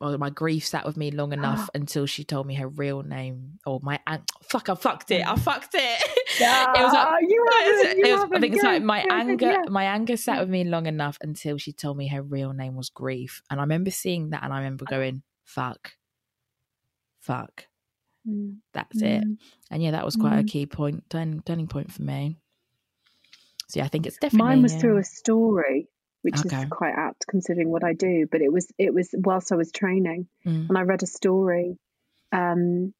C: Well, my grief sat with me long enough until she told me her real name or my an- fuck. I fucked it. I fucked it. (laughs) it was like,
D: Ah, you haven't, you
C: it was, I
D: haven't.
C: think it's like
D: Go,
C: my
D: go, go,
C: anger.
D: yeah.
C: My anger sat with me long enough until she told me her real name was grief, and I remember seeing that, and I remember going, "Fuck, fuck,
D: Mm,
C: that's it."
D: mm.
C: And yeah, that was quite a
D: Mm.
C: key point, turning turning point for me. So yeah, I think it's definitely
D: Mine was
C: yeah.
D: through a story, which
C: Okay.
D: is quite apt considering what I do. But it was it was whilst I was training, (laughs)
C: Mm.
D: and I read a story, um,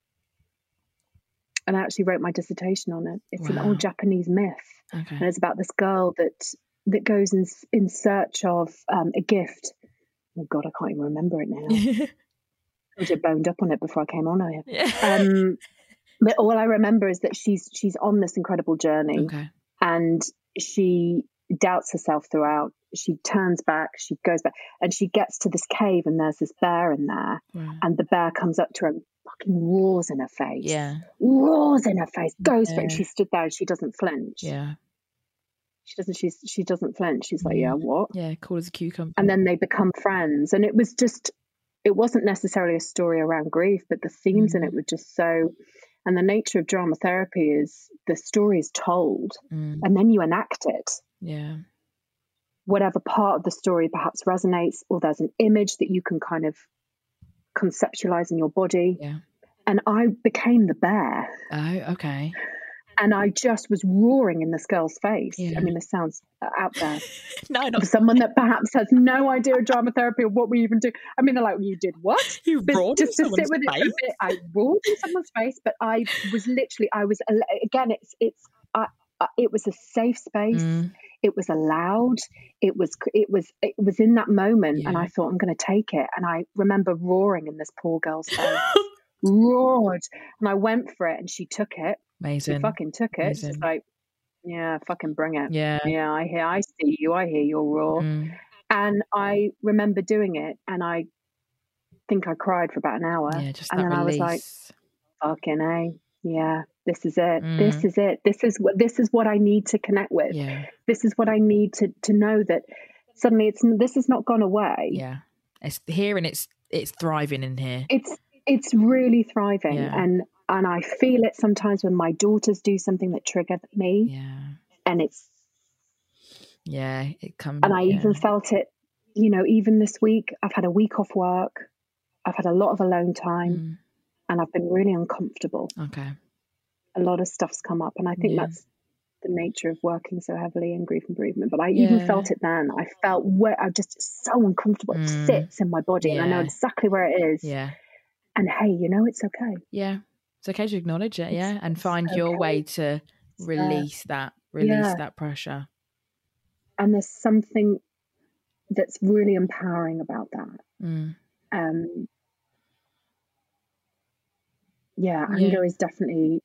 D: and I actually wrote my dissertation on it. It's an
C: Wow.
D: old Japanese myth. and
C: okay. (laughs)
D: it's about this girl that that goes in in search of um, a gift. Oh God, I can't even remember
C: (laughs)
D: it now. I would have boned up on it before I came on here.
C: Yeah.
D: (laughs) Um, but all I remember is that she's she's on this incredible journey,
C: okay.
D: and she doubts herself throughout. She turns back, she goes back, and she gets to this cave, and there's this bear in there,
C: Right.
D: and the bear comes up to her and fucking roars in her face,
C: Yeah.
D: roars in her face, goes for it,
C: Yeah.
D: and she stood there and she doesn't flinch
C: Yeah.
D: she doesn't she's she doesn't flinch she's like
C: Mm.
D: yeah what
C: Yeah. Cool as a cucumber.
D: and then they become friends and it was just it wasn't necessarily a story around grief but the themes
C: Mm.
D: in it were just so and the nature of drama therapy is the story is told
C: Mm,
D: and then you enact it
C: yeah.
D: whatever part of the story perhaps resonates or there's an image that you can kind of conceptualize in your body
C: Yeah.
D: and i became the bear
C: Oh,
D: (laughs)
C: okay.
D: and i just was roaring in this girl's face
C: Yeah.
D: i mean this sounds uh, out
C: (laughs)
D: there
C: No,
D: for someone that perhaps has no idea of drama therapy or what we even do. I mean, they're like, you did what?
C: you
D: But just to sit with it for a bit, I roared in someone's face, but I was literally, I was uh, again, it's it's, I, I, it was a safe space.
C: Mm.
D: It was allowed. It was it was it was in that moment, and
C: Yeah.
D: I thought I'm going to take it. And I remember roaring in this poor
C: (laughs)
D: girl's face, roared, and I went for it, and she took it. She
C: Amazing.
D: fucking took it. She's
C: Amazing.
D: like, yeah, fucking bring it.
C: yeah.
D: Yeah, I hear, I see you. I hear your roar.
C: Mm.
D: And I remember doing it, and I think I cried for about an hour.
C: Yeah, just
D: and
C: that
D: then I was
C: release.
D: like, "Fucking a, yeah, this is it.
C: Mm.
D: This is it. This is what this is what I need to connect with.
C: yeah,
D: This is what I need to to know that suddenly it's this has not gone away.
C: yeah. It's here and it's it's thriving in here.
D: It's it's really thriving,
C: Yeah.
D: and and I feel it sometimes when my daughters do something that triggered me,
C: Yeah,
D: and it's
C: yeah. It comes.
D: and I
C: yeah.
D: even felt it. You know, even this week, I've had a week off work. I've had a lot of alone time.
C: Mm.
D: and I've been really uncomfortable.
C: Okay.
D: A lot of stuff's come up, and I think
C: Yeah.
D: that's the nature of working so heavily in grief and bereavement. But I
C: Yeah.
D: even felt it then. I felt where I just it's so uncomfortable. It
C: Mm.
D: sits in my body, and I
C: Yeah.
D: know exactly where it is.
C: Yeah,
D: And hey, you know it's okay.
C: yeah. It's okay to acknowledge it. Yeah, and
D: it's
C: find your
D: okay.
C: way to
D: uh,
C: release that, release
D: yeah.
C: that pressure.
D: And there's something that's really empowering about that.
C: Mm.
D: Um, yeah,
C: Yeah.
D: anger is definitely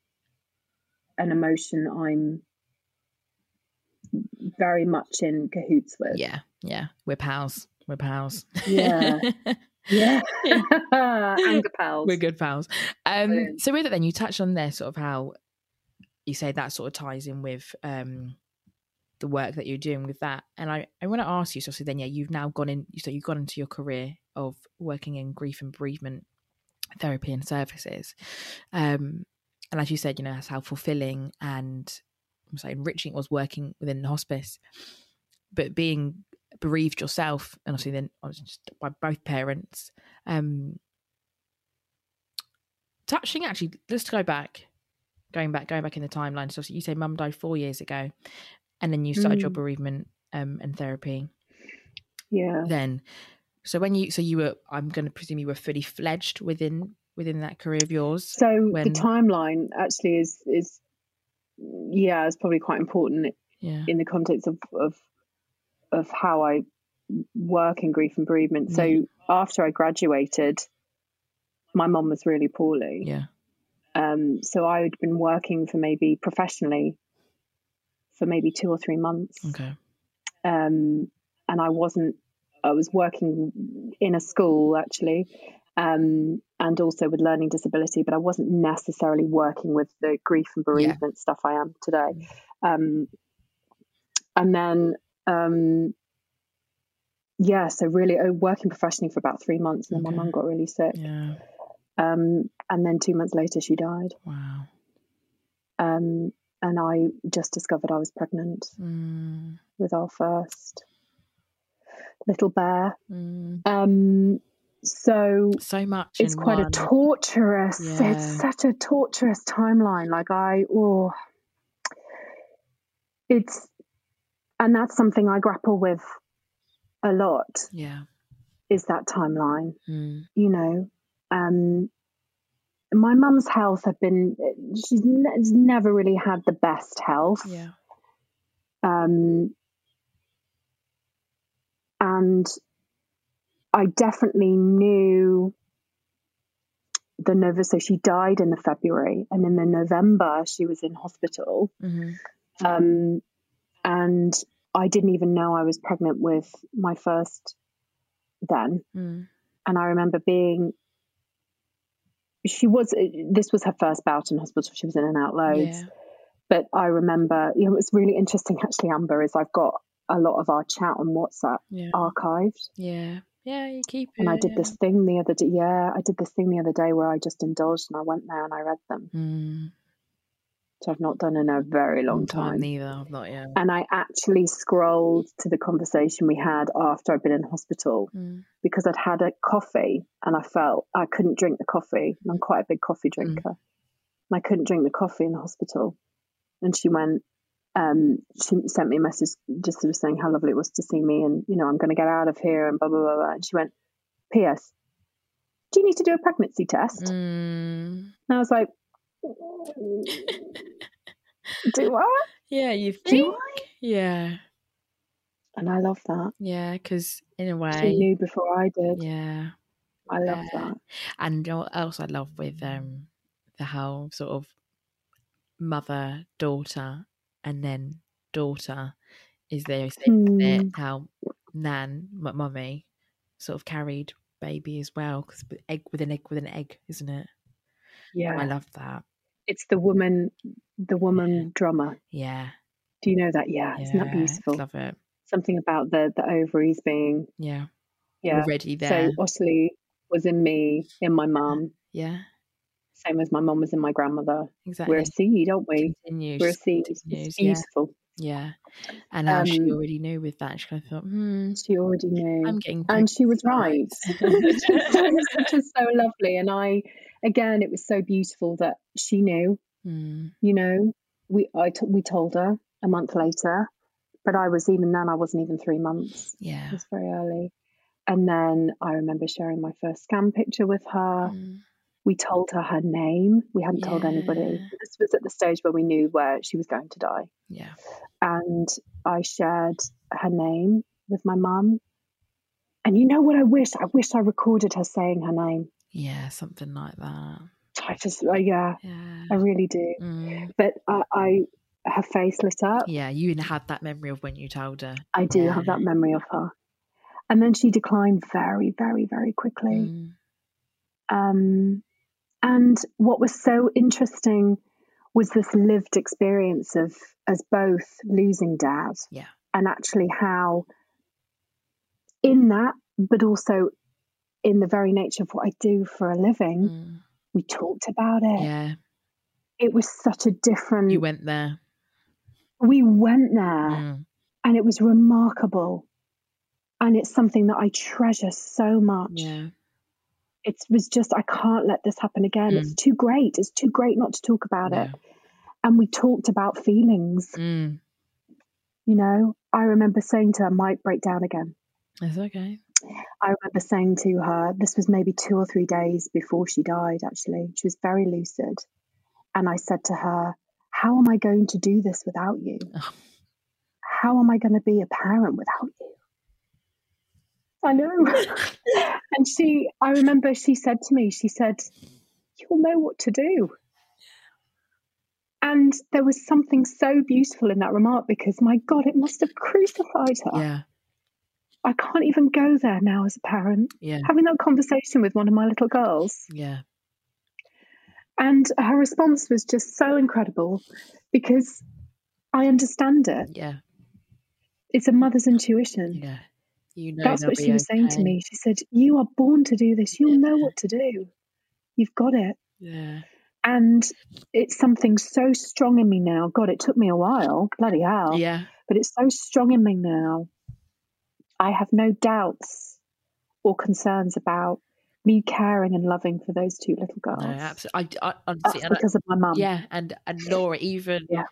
D: an emotion I'm very much in cahoots with.
C: Yeah, yeah. We're pals. We're pals.
D: Yeah.
C: (laughs)
D: Yeah.
C: Yeah.
D: Anger pals.
C: We're good pals. Um,
D: Brilliant.
C: so with it, then you touched on there sort of how you say that sort of ties in with um, the work that you're doing with that. And I, I want to ask you, so obviously then, yeah, you've now gone in, so you've gone into your career of working in grief and bereavement therapy and services. Um, and as you said, you know, that's how fulfilling and I'm sorry, enriching it was working within the hospice. But being bereaved yourself, and obviously then just by both parents, um, touching actually, let's go back, going back, going back in the timeline. So you say mum died four years ago, and then you started
D: Mm.
C: your bereavement um, and therapy
D: Yeah.
C: then. So when you, so you were, I'm going to presume you were fully fledged within within that career of yours.
D: So the
C: when-
D: timeline actually is is yeah, is probably quite important
C: yeah,
D: in the context of of of how I work in grief and bereavement. So
C: Mm-hmm.
D: after I graduated, my mum was really poorly.
C: yeah,
D: Um, so I had been working for maybe professionally for maybe two or three months.
C: okay,
D: Um, and I wasn't, I was working in a school actually, um, and also with learning disability, but I wasn't necessarily working with the grief and bereavement stuff I am today. Um, and then, um, yeah, so really uh, working professionally for about three months, and then
C: Okay.
D: my mum got really sick.
C: yeah,
D: Um, and then two months later, she died
C: wow,
D: um, and I just discovered I was pregnant
C: mm,
D: with our first little bear.
C: mm.
D: Um, so
C: so much.
D: it's
C: in
D: quite
C: one.
D: a torturous. (laughs) It's
C: Yeah.
D: such a torturous timeline. Like I, oh, it's, and that's something I grapple with a lot.
C: Yeah,
D: Is that timeline?
C: mm,
D: you know, um, my mum's health had been, she's, ne- she's never really had the best health.
C: yeah,
D: Um, and I definitely knew the Nova. So she died in the February, and in the November, she was in hospital.
C: hmm
D: Um, and I didn't even know I was pregnant with my first then
C: mm,
D: and I remember being she was this was her first bout in hospital she was in and out loads
C: yeah,
D: but I remember you know it's really interesting actually Amber is I've got a lot of our chat on WhatsApp
C: yeah,
D: archived
C: yeah, yeah. You keep it.
D: Oh. and I did this thing the other day yeah I did this thing the other day where I just indulged and I went there and I read them
C: yeah. Mm,
D: which I've not done in a very long time
C: Neither. I've not. Yeah.
D: and I actually scrolled to the conversation we had after I'd been in hospital
C: Mm,
D: because I'd had a coffee and I felt I couldn't drink the coffee. And I'm quite a big coffee drinker. And I couldn't drink the coffee in the hospital. And she went, um, she sent me a message just sort of saying how lovely it was to see me and, you know, I'm going to get out of here and blah, blah, blah, blah. And she went, P.S. Do you need to do a pregnancy test?
C: mm. (laughs)
D: And I was like, do I?
C: Yeah, you
D: Do
C: think?
D: I?
C: Yeah,
D: And I love that.
C: yeah. Because in a
D: She
C: way,
D: knew before I did.
C: yeah.
D: I love
C: Yeah.
D: that.
C: And you know what else I love with um the how sort of mother, daughter, and then daughter is they always say isn't it,
D: Hmm.
C: how nan, m- mummy, sort of carried baby as well because egg with an egg with an egg, isn't it? I
D: Yeah.
C: love that.
D: It's the woman, the woman drummer.
C: Yeah,
D: Do you know that? Yeah,
C: yeah,
D: isn't that beautiful?
C: Love it.
D: Something about the the ovaries being
C: Yeah,
D: yeah.
C: already there.
D: So Osley was in me, in my mum,
C: yeah,
D: same as my mum was in my grandmother.
C: exactly.
D: We're a seed, aren't we?
C: continues.
D: We're a seed. It's
C: continues, yeah.
D: beautiful.
C: Yeah, and how she
D: Um,
C: already knew with that. She kind of thought, hmm,
D: She already knew.
C: I'm getting
D: and she was right,
C: pregnant.
D: which, is so, (laughs)
C: (laughs)
D: which is so lovely. And I, again, it was so beautiful that she knew.
C: Mm,
D: You know, we I t- we told her a month later, but I was even then I wasn't even three months.
C: yeah.
D: (laughs) It was very early. And then I remember sharing my first scan picture with her.
C: Mm,
D: We told her her name. We hadn't told anybody.
C: Yeah.
D: This was at the stage where we knew where she was going to die.
C: yeah.
D: And I shared her name with my mum. And you know what I wish? I wish I recorded her saying her name.
C: Yeah. Something like that.
D: I just, uh, yeah,
C: Yeah.
D: I really do.
C: Mm.
D: But I, I, her face lit up.
C: Yeah. You had that memory of when you told her.
D: I do have
C: Yeah.
D: that memory of her. And then she declined very, very, very quickly.
C: Mm,
D: Um, and what was so interesting was this lived experience of as both losing dad
C: Yeah.
D: and actually how in that but also in the very nature of what I do for a living
C: Mm.
D: we talked about it
C: Yeah.
D: it was such a different
C: You went there.
D: we went there
C: Mm.
D: and it was remarkable and it's something that I treasure so much
C: Yeah.
D: it was just I can't let this happen again it's too great it's too great not to talk about it
C: Mm. Yeah.
D: and we talked about feelings
C: Mm.
D: You know, I remember saying to her, I might break down again.
C: That's okay.
D: I remember saying to her, this was maybe two or three days before she died, actually. She was very lucid. And I said to her, How am I going to do this without you?
C: Oh.
D: How am I going to be a parent without you? I know. and she, I remember she said to me, She said, You'll know what to do. And there was something so beautiful in that remark because, my God, it must have crucified her.
C: Yeah.
D: I can't even go there now as a parent.
C: Yeah.
D: Having that conversation with one of my little girls.
C: Yeah.
D: And her response was just so incredible because I understand it.
C: Yeah.
D: It's a mother's intuition.
C: Yeah. You know
D: That's
C: they'll
D: what
C: be
D: she was saying to
C: okay.
D: me. She said, You are born to do this. You'll know what to do. You've got it.
C: Yeah.
D: And it's something so strong in me now. God, it took me a while. Bloody hell.
C: Yeah.
D: But it's so strong in me now. I have no doubts or concerns about me caring and loving for those two little girls.
C: No, absolutely. I, I
D: That's
C: honestly, and I-
D: Oh, because of my mum. (laughs)
C: yeah, and and Laura, even
D: um, Yeah.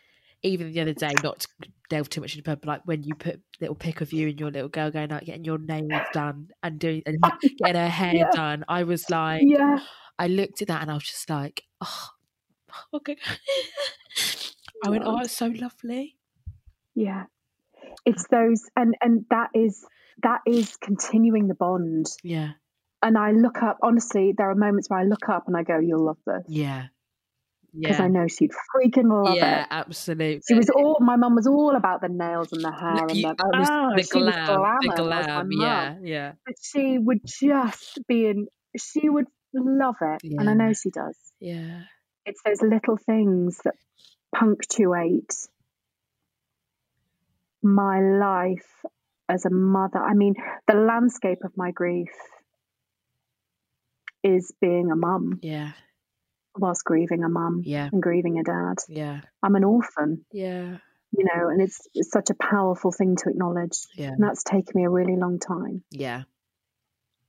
C: even the other day, not to delve too much into pub, but like when you put little pic of you and your little girl going out, getting your nails done and doing
D: (laughs)
C: and getting her hair
D: Yeah.
C: done, I was like,
D: Yeah.
C: I looked at that and I was just like, oh, (laughs) okay. (laughs) I went, oh,
D: God.
C: it's so lovely.
D: Yeah. It's those and and that is that is continuing the bond.
C: Yeah,
D: And I look up honestly, there are moments where I look up and I go, You'll love this.
C: yeah,
D: Because I
C: yeah,
D: know she'd freaking love
C: yeah,
D: it.
C: absolutely.
D: She was all my mum was all about the nails and the hair and
C: You-
D: the,
C: it was
D: oh,
C: the
D: she was
C: glam, the
D: glamour. was my
C: glam,
D: mum.
C: yeah, yeah,
D: But she would just be in she would love it. And
C: Yeah.
D: I know she does.
C: yeah.
D: It's those little things that punctuate my life as a mother. I mean, the landscape of my grief is being a mum
C: Yeah,
D: whilst grieving a mum
C: yeah,
D: and grieving a dad.
C: yeah,
D: I'm an orphan,
C: yeah,
D: you know, and it's, it's such a powerful thing to acknowledge.
C: yeah,
D: And that's taken me a really long time.
C: yeah,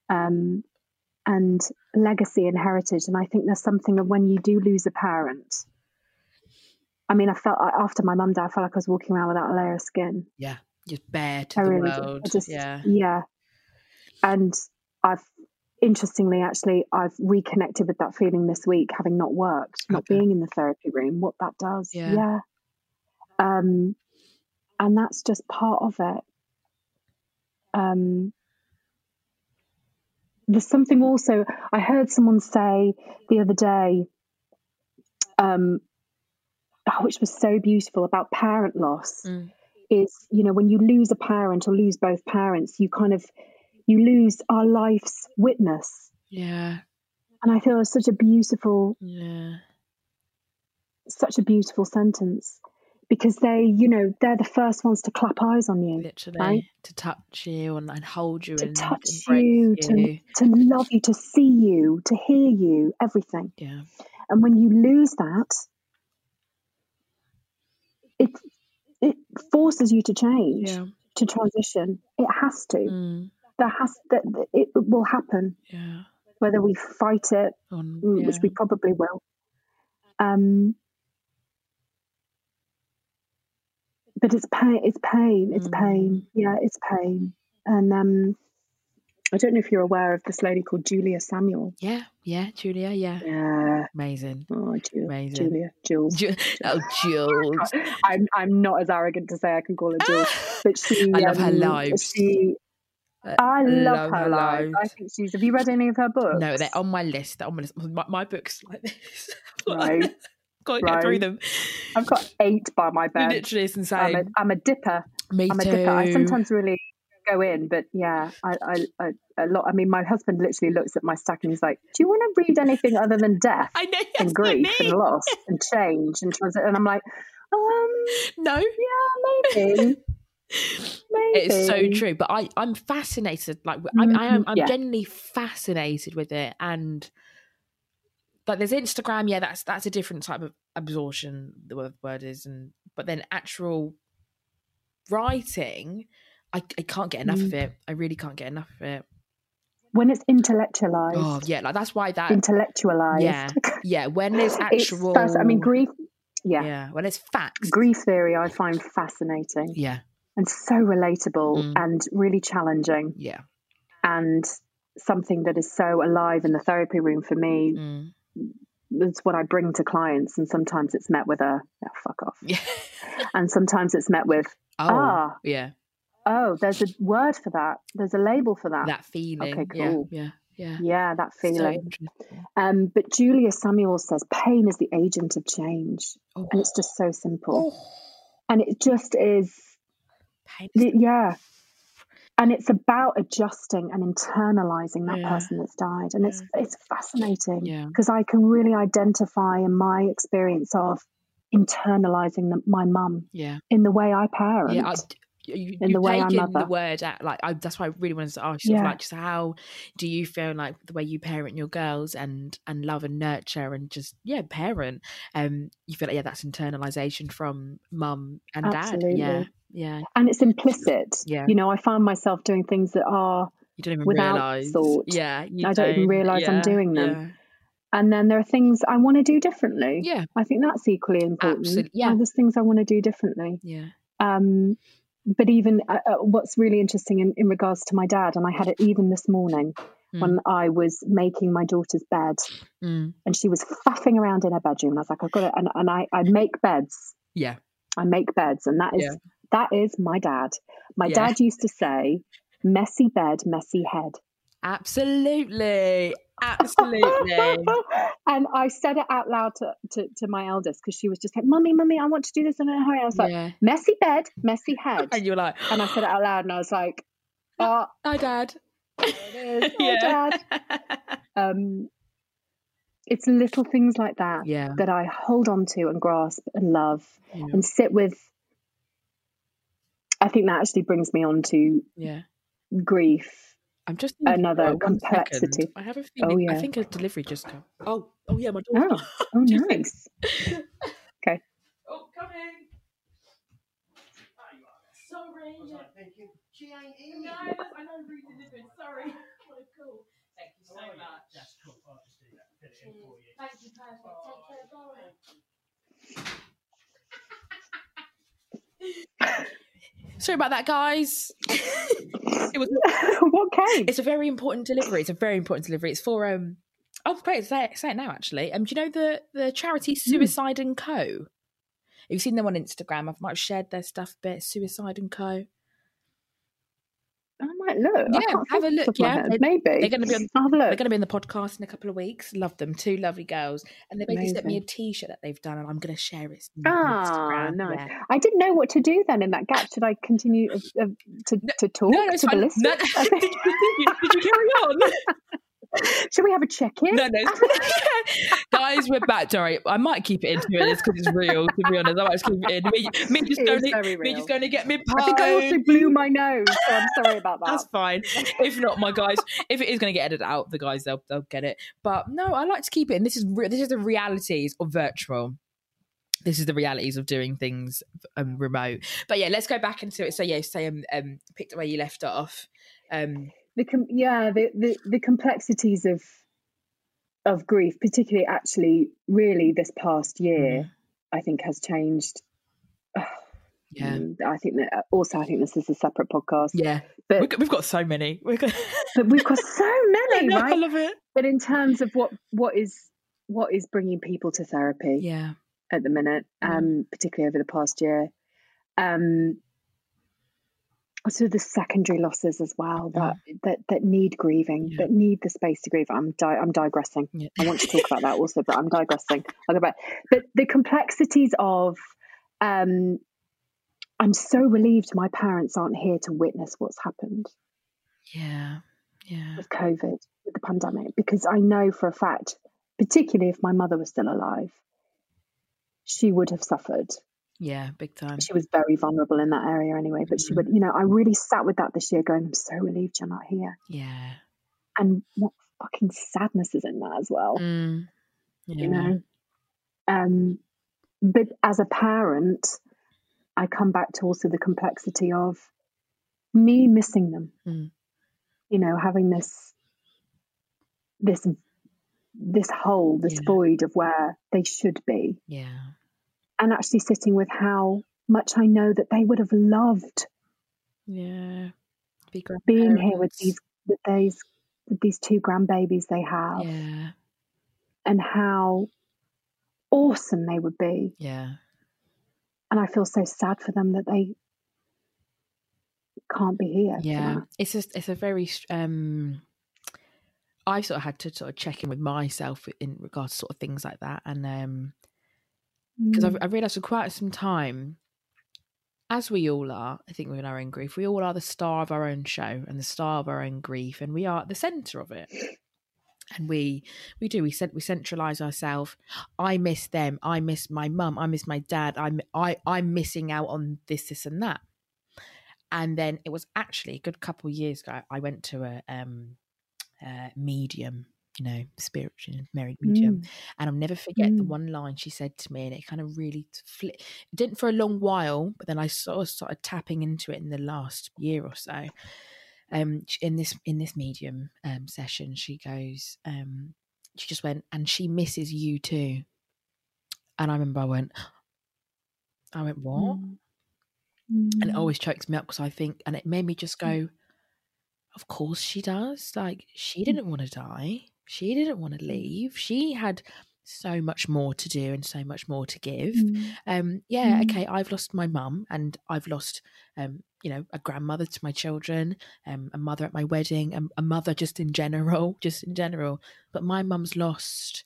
D: Um, and legacy and heritage. And I think there's something of when you do lose a parent. I mean, I felt I- after my mum died, I felt like I was walking around without a layer of skin.
C: yeah. Just bare to
D: I
C: the
D: really
C: world.
D: do. I just,
C: yeah,
D: And I've interestingly, actually, I've reconnected with that feeling this week, having not worked, not
C: Okay.
D: being in the therapy room, what that does.
C: Yeah.
D: Um, and that's just part of it. Um, there's something also I heard someone say the other day, um, oh, which was so beautiful about parent loss
C: Mm.
D: is you know when you lose a parent or lose both parents you kind of you lose our life's witness
C: yeah,
D: and i feel it's such a beautiful
C: yeah,
D: such a beautiful sentence because they you know they're the first ones to clap eyes on you
C: literally
D: right?
C: to touch you and, and hold you
D: to
C: and
D: touch
C: embrace
D: you,
C: you.
D: to to love you to see you to hear you everything
C: Yeah,
D: and when you lose that it it forces you to change
C: yeah,
D: to transition it has to
C: mm,
D: there has that it will happen
C: yeah.
D: whether we fight it
C: On,
D: mm,
C: yeah.
D: which we probably will. Um, but it's pain. It's pain. It's
C: Mm.
D: pain. Yeah, it's pain. And um, I don't know if you're aware of this lady called Julia Samuel.
C: yeah, yeah, Julia, yeah,
D: Yeah.
C: amazing.
D: Oh, Ju-
C: Amazing.
D: Julia, Jules.
C: Ju-
D: (laughs)
C: oh, Jules.
D: I'm I'm not as arrogant to say I can call her Jules, but she.
C: I love her
D: um,
C: lives.
D: She. I love,
C: love
D: her,
C: her
D: lives. I
C: lives.
D: think she's. Have you read any of her books?
C: No, they're oh on my list. They're on my list. My, my book's like this. (laughs)
D: Right,
C: Gotta get through
D: right.
C: them.
D: I've got eight by my
C: (laughs)
D: bed.
C: Literally, it's
D: I'm a,
C: insane.
D: I'm a dipper.
C: Me
D: I'm a
C: too.
D: dipper. I sometimes really go in, but yeah, I, I, I a lot. I mean, my husband literally looks at my stack and he's like, "Do you want to read anything other than death
C: I know.
D: and
C: that's what I
D: grief
C: mean.
D: and loss and change and trans?" And I'm like, um,
C: No,
D: yeah,
C: (laughs)
D: maybe, maybe. Mm,
C: It is so true, but I I'm fascinated. Like I'm, I am I'm
D: Yeah.
C: genuinely fascinated with it, and like there's Instagram. Yeah, that's that's a different type of absorption. The word, word is, and but then actual writing, I I can't get enough of
D: Mm.
C: it. I really can't get enough of it.
D: When it's intellectualized,
C: Oh yeah, like that's why that
D: intellectualized. (laughs)
C: yeah yeah when there's
D: It's
C: actual
D: fas- I mean, grief. Yeah.
C: yeah when it's facts
D: grief theory I find fascinating
C: yeah Mm.
D: and so relatable and really challenging.
C: yeah
D: and something that is so alive in the therapy room for me.
C: Mm. (laughs)
D: That's what I bring to clients, and sometimes it's met with a "Oh, fuck off,
C: yeah
D: and sometimes it's met with
C: oh
D: Ah.
C: yeah
D: oh, there's a word for that, there's a label for that.
C: that feeling
D: Okay,
C: yeah
D: cool.
C: yeah yeah,
D: yeah, that
C: So
D: feeling.
C: interesting.
D: um, but Julia Samuel says pain is the agent of change,
C: Oh.
D: and it's just so simple,
C: Oh,
D: and it just is,
C: pain is-
D: yeah. And it's about adjusting and internalizing that
C: Yeah.
D: person that's died, and it's it's fascinating.
C: yeah
D: because I can really identify in my experience of internalizing the, my mum
C: yeah
D: in the way I parent.
C: yeah I, you,
D: In the
C: you've
D: way I
C: taken the
D: mother.
C: word out like I, that's why I really wanted to ask you
D: Yeah.
C: like just how do you feel like the way you parent your girls and and love and nurture and just yeah parent um you feel like yeah that's internalization from mum and
D: Absolutely.
C: dad yeah yeah
D: and it's implicit.
C: Yeah.
D: You know, I found myself doing things that are,
C: you don't even
D: without
C: realize.
D: thought.
C: Yeah, you
D: I don't even realise I'm
C: Yeah,
D: doing them. and then there are things I want to do differently.
C: Yeah,
D: I think that's equally important.
C: Absolute- yeah.
D: There's things I want to do differently.
C: yeah, yeah.
D: Um, but even uh, uh, what's really interesting in, in regards to my dad, and I had it even this morning
C: Hmm.
D: when I was making my daughter's bed
C: Mm.
D: and she was faffing around in her bedroom. And I was like, I've got it. And, and I, I make beds.
C: yeah.
D: I make beds, and that is
C: Yeah.
D: that is my dad. My
C: Yeah.
D: dad used to say, "Messy bed, messy head,"
C: Absolutely, absolutely.
D: (laughs) and I said it out loud to to, to my eldest because she was just like, "Mummy, mummy, I want to do this in a hurry." I was like,
C: yeah,
D: "Messy bed, messy
C: (laughs)
D: head,"
C: and you're like,
D: and I said it out loud, and I was like,
C: (laughs)
D: "Ah,
C: (gasps) "Hi, Dad."
D: there it
C: (laughs)
D: is, Hi, dad." Um, it's little things like that
C: Yeah.
D: that I hold on to and grasp and love
C: Yeah.
D: and sit with. I think that actually brings me on to
C: yeah.
D: grief
C: I'm just thinking,
D: Another
C: oh, one second.
D: complexity.
C: I have a
D: Oh,
C: feeling. I
D: yeah.
C: think a delivery just come. Oh, oh yeah, my daughter.
D: Oh, oh,
C: Do you think-
D: nice. (laughs) Okay.
C: Oh, come in. Sorry. She ain't in. No, I know who delivered. Sorry. cool. Thank you so much. Thank you, (laughs) Sorry about that, guys. (laughs) it was.
D: what came?
C: It's a very important delivery. It's a very important delivery. It's for um. Oh, great! Say it, say it now. Actually, um, do you know the the charity
D: Hmm.
C: Suicide and Co? If you've seen them on Instagram, I might have shared their stuff a bit. Suicide and Co.
D: I might look.
C: Yeah,
D: I can't
C: have a
D: think off the
C: look,
D: top of my
C: yeah.
D: head.
C: They-
D: Maybe
C: They're going to be on.
D: I'll have a
C: They're
D: look.
C: going to be in the podcast in a couple of weeks. Love them, two lovely girls, and they basically sent me a
D: Amazing.
C: T-shirt that they've done, and I'm going to share it. on
D: Ah,
C: Instagram,
D: nice.
C: yeah.
D: I didn't know what to do then in that gap. Should I continue uh, uh, to, to talk
C: No, no, it's
D: to the
C: fine. No,
D: listeners?
C: no. (laughs) did, you, did you carry on?
D: (laughs) Should we have a check in?
C: No, no. it's- (laughs) Guys, we're back. Sorry, I might keep it into it because it's real. To be honest, I might just keep it in. Me, me just
D: It is
C: going, to,
D: very
C: me
D: real.
C: just going to get me pie.
D: I think I also blew my nose, so I'm sorry about
C: (laughs)
D: that.
C: That's fine. If not, my guys, if it is going to get edited out, the guys they'll they'll get it. But no, I like to keep it. And this is re- this is the realities of virtual. This is the realities of doing things um, remote. But yeah, let's go back into it. So yeah, say um, um picked up where you left off. Um,
D: the com- yeah the, the the complexities of of grief particularly actually really this past year i think has changed
C: Mm. yeah,
D: Mm, i think that also i think this is a separate podcast
C: yeah.
D: but
C: We've got, we've got so many. (laughs) We're gonna-
D: but we've got
C: (laughs)
D: so
C: I
D: many
C: know, I
D: right
C: love it.
D: but in terms of what what is what is bringing people to therapy
C: Yeah. Mm.
D: at the minute um particularly over the past year um also the secondary losses as well that that, that need grieving
C: Mm. Yeah.
D: that need the space to grieve i'm di- i'm digressing
C: Yeah.
D: I want to talk about that also, but I'm digressing. I'll go back. But the complexities of um, I'm so relieved my parents aren't here to witness what's happened
C: Yeah. Yeah.
D: with COVID, with the pandemic, because I know for a fact, particularly if my mother was still alive, she would have suffered.
C: Yeah. Big time. Mm.
D: She was very vulnerable in that area anyway, but she would, you know, I really sat with that this year going, I'm so relieved you're not here.
C: Yeah.
D: And what fucking sadness is in that as well,
C: Mm.
D: you know? Um, but as a parent, I come back to also the complexity of me missing them,
C: Mm.
D: you know, having this, this, this hole, this
C: Yeah.
D: void of where they should be.
C: Yeah.
D: and actually sitting with how much I know that they would have loved
C: Yeah. Be
D: being here with
C: grandparents.
D: these with these with these two grandbabies they have
C: Yeah.
D: and how awesome they would be.
C: Yeah.
D: And I feel so sad for them that they can't be here. for
C: yeah
D: that.
C: it's just it's a very str- um i sort of had to sort of check in with myself in regards to sort of things like that and um because I've,
D: Mm.
C: I've realized for quite some time as we all are i think we're in our own grief we all are the star of our own show and the star of our own grief and we are at the center of it and we we do we cent- we centralize ourselves i miss them i miss my mum i miss my dad i'm i i'm missing out on this this and that and then it was actually a good couple of years ago i went to a um uh, medium you know spiritual married medium
D: Mm.
C: and I'll never forget the
D: Mm.
C: one line she said to me, and it kind of really fli It didn't for a long while, but then I sort of started tapping into it in the last year or so. Um, sh- in this in this medium um session, she goes, um, she just went, and she misses you too. And I remember I went, I went what?
D: Mm.
C: And it
D: Mm.
C: always chokes me up because I think, and it made me just go, of course she does. Like, she didn't want to die. She didn't want to leave. She had so much more to do and so much more to give.
D: Mm.
C: Um, yeah,
D: Mm.
C: okay, I've lost my mum and I've lost, um, you know, a grandmother to my children, um, a mother at my wedding, um, a mother just in general, (laughs) just in general. But my mum's lost.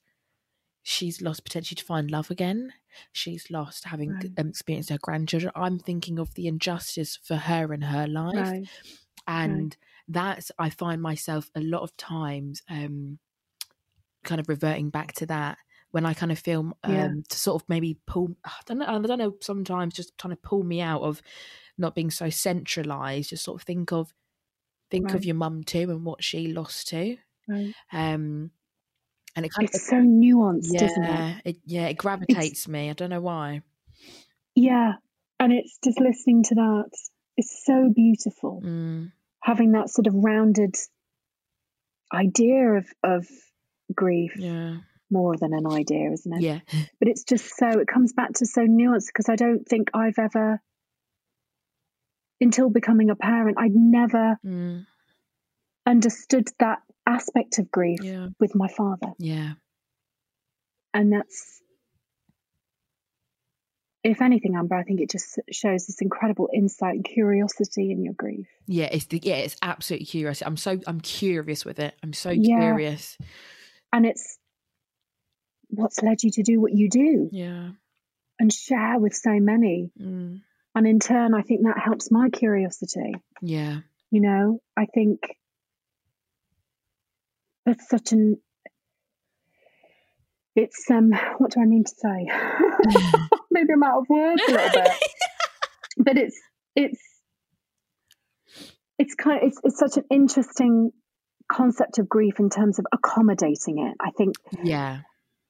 C: She's lost potentially to find love again. She's lost having
D: Right.
C: um, experienced her grandchildren. I'm thinking of the injustice for her in her life
D: Right.
C: and that's i find myself a lot of times um kind of reverting back to that when i kind of feel um
D: Yeah.
C: to sort of maybe pull i don't know i don't know sometimes just trying to pull me out of not being so centralized just sort of think of think of
D: Right.
C: your mum too and what she lost to
D: Right.
C: um and it kind
D: It's
C: of
D: so nuanced, isn't it?
C: yeah it, yeah it gravitates me i don't know why
D: Yeah. And it's just listening to that. It's so beautiful.
C: mm,
D: having that sort of rounded idea of of grief
C: yeah
D: more than an idea isn't it
C: yeah
D: but it's just so it comes back to so nuanced because i don't think i've ever until becoming a parent i'd never
C: mm,
D: understood that aspect of grief
C: yeah
D: with my father
C: yeah
D: and that's if anything amber i think it just shows this incredible insight and curiosity in your grief
C: Yeah, it's the yeah, it's absolutely curious. I'm so I'm curious with it. I'm so
D: Yeah.
C: curious.
D: and it's what's led you to do what you do
C: Yeah.
D: and share with so many
C: Mm.
D: And in turn, I think that helps my curiosity.
C: Yeah.
D: You know, I think that's such an. It's um. What do I mean to say? (laughs) Maybe I'm out of words a little bit. but it's it's it's kind. it's it's such an interesting concept of grief in terms of accommodating it. I think
C: Yeah.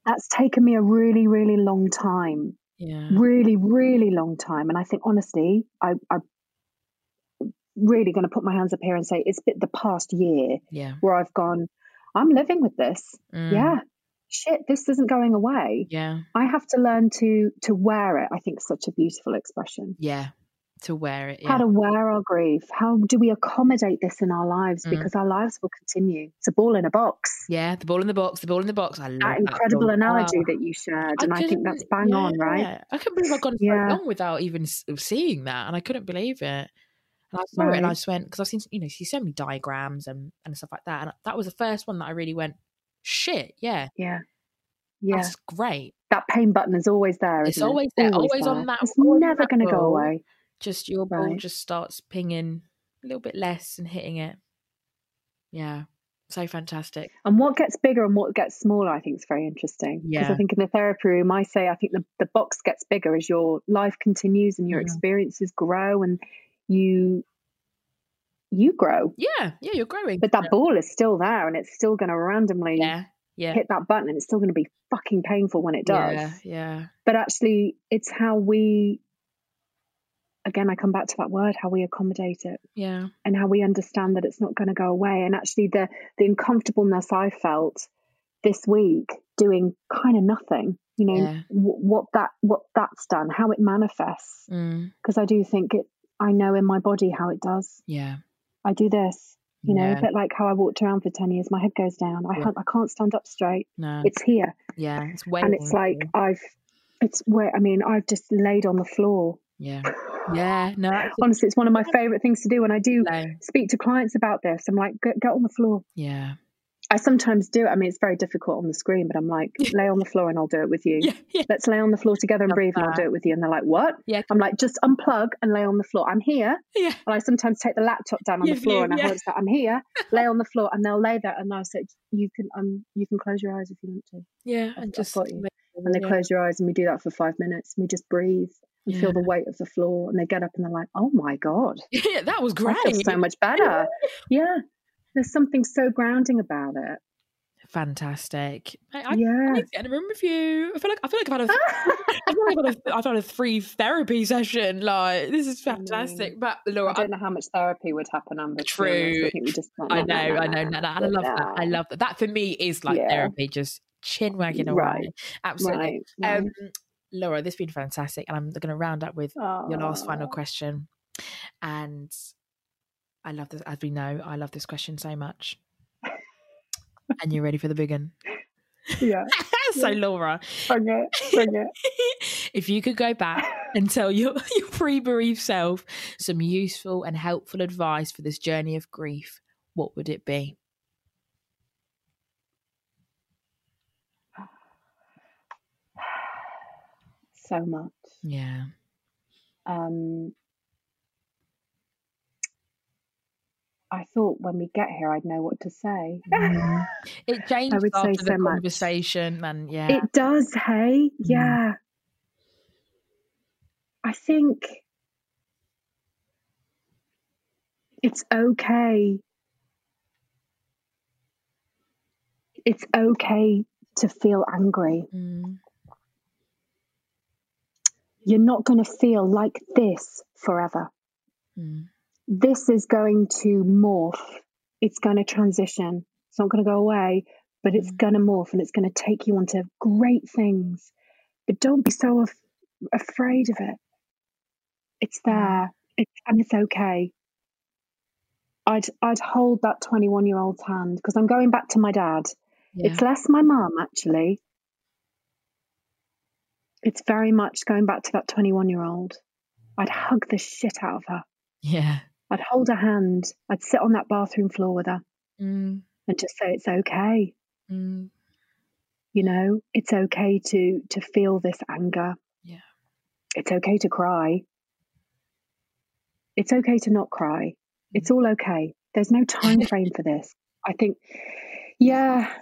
D: that's taken me a really really long time
C: Yeah.
D: really, really long time. And I think honestly, I, I'm really going to put my hands up here and say it's been the past year
C: Yeah.
D: where I've gone, I'm living with this.
C: Mm.
D: Yeah, shit, this isn't going away.
C: Yeah.
D: I have to learn to to wear it. I think it's such a beautiful expression.
C: Yeah. To wear it.
D: How
C: Yeah.
D: to wear our grief? How do we accommodate this in our lives?
C: Mm.
D: Because our lives will continue. It's a ball in a box.
C: yeah. The ball in the box. The ball in the box. I love
D: That
C: that
D: incredible
C: ball.
D: analogy
C: Oh,
D: that you shared, and I think that's
C: couldn't-
D: bang on, right?
C: yeah. I couldn't believe I'd gone
D: Yeah.
C: so long without even s- seeing that, and I couldn't believe it. And I saw it, and I
D: Right.
C: just went because I've seen you know see so many diagrams and and stuff like that, and that was the first one that I really went, shit, yeah,
D: Yeah, yeah.
C: that's great.
D: that pain button is always there.
C: It's
D: isn't it?
C: always there, always on that-
D: It's
C: always on
D: never
C: that
D: going to go
C: wall.
D: away.
E: Just your ball
D: Right.
E: just starts pinging a little bit less and hitting it.
C: Yeah. So fantastic.
D: And what gets bigger and what gets smaller, I think is very interesting. Because
C: Yeah.
D: I think in the therapy room, I say I think the, the box gets bigger as your life continues and your
C: Mhm.
D: experiences grow and you you grow.
C: Yeah. Yeah. You're growing.
D: But that ball is still there and it's still gonna randomly
C: yeah. Yeah.
D: hit that button and it's still gonna be fucking painful when it does.
C: Yeah. Yeah.
D: But actually it's how we again I come back to that word, how we accommodate it
C: Yeah.
D: and how we understand that it's not going to go away. And actually, the the uncomfortableness I felt this week doing kind of nothing, you know,
C: Yeah.
D: wh- what that what that's done, how it manifests,
C: Mm.
D: because I do think it. I know in my body how it does.
C: Yeah.
D: I do this, you know,
C: Yeah.
D: a bit like how I walked around for ten years. My head goes down. I
C: Yeah.
D: can't, I can't stand up straight.
C: No.
D: It's here,
C: yeah. It's way.
D: and it's like I've. It's where I mean, I've just laid on the floor.
C: Yeah. Yeah. No. absolutely.
D: Honestly, it's one of my favorite things to do, and I do
C: No.
D: speak to clients about this. I'm like, get, get on the floor.
C: Yeah. (laughs)
D: I sometimes do it. I mean, it's very difficult on the screen, but
C: (laughs)
D: I'm like, lay on the floor and I'll do it with you.
C: Yeah. Yeah.
D: Let's lay on the floor together and
C: Love
D: breathe, and I'll
C: that.
D: do it with you. And they're like, what?
C: Yeah.
D: I'm like, just unplug and lay on the floor. I'm here.
C: Yeah.
D: And I sometimes take the laptop down on
C: Yeah,
D: the floor
C: yeah,
D: and I
C: yeah.
D: hold it out. I'm here. Lay on the floor, and they'll lay there. And I'll say, you can um, you can close your eyes if you want to.
C: Yeah.
D: I've
C: And just.
D: got you.
C: make-
D: And they
C: yeah.
D: close your eyes, and we do that for five minutes. And we just breathe and feel
C: Yeah.
D: the weight of the floor. And they get up and they're like, oh my god,
C: (laughs) Yeah, that was great.
D: I feel so much
C: (laughs)
D: better. yeah, there's something so grounding about it.
C: Fantastic. I, I, I
D: yeah.
C: need to get in a room with you. I feel like I feel like I've had a
D: (laughs)
C: I feel like I've had a, I've had a free therapy session. Like this is
D: I know.
C: fantastic. But
D: I
C: Laura, Mm. I,
D: don't know how much therapy would happen, Amber. to be honest.
C: True.
D: I think we just. like,
C: I
D: nah,
C: know,
D: nah,
C: I
D: nah,
C: know,
D: nah,
C: no, no, and I love that. I
D: nah.
C: love that. That for me is like
D: Yeah.
C: therapy, just chin wagging away.
D: Right,
C: Absolutely.
D: Right. right.
C: Um, Laura, this has been fantastic, and I'm going to round up with Um, your last final
D: Aw.
C: question. And I love this. As we know, I love this question so much. and you're ready for the big one. (laughs)
D: Yeah.
C: so,
D: Yeah.
C: Laura,
D: Bring it.
C: (laughs)
D: Bring it.
C: if you could go back and tell your, (laughs) your pre bereaved self some useful and helpful advice for this journey of grief, what would it be?
D: So much.
C: Yeah.
D: Um, I thought when we get here, I'd know what to say.
C: Mhm. It changes
D: would say
C: after the
D: so much.
C: conversation, and yeah,
D: It does,
C: Mm.
D: hey? Yeah. I think it's okay. It's okay to feel angry.
C: Mm.
D: You're not going to feel like this forever.
C: Mm.
D: This is going to morph, it's going to transition, it's not going to go away. But
C: Mm.
D: it's going to morph and it's going to take you onto great things. But don't be so af- afraid of it. it's there it's, and it's okay i'd i'd hold that 21 year old's hand because i'm going back to my dad
C: yeah,
D: it's less my mum actually it's very much going back to that 21 year old i'd hug the shit out of her
C: yeah.
D: i'd hold her hand i'd sit on that bathroom floor with her
C: Mm.
D: and just say it's okay
C: Mm.
D: you know it's okay to to feel this anger
C: Yeah.
D: it's okay to cry it's okay to not cry it's all okay there's no time frame for this i think yeah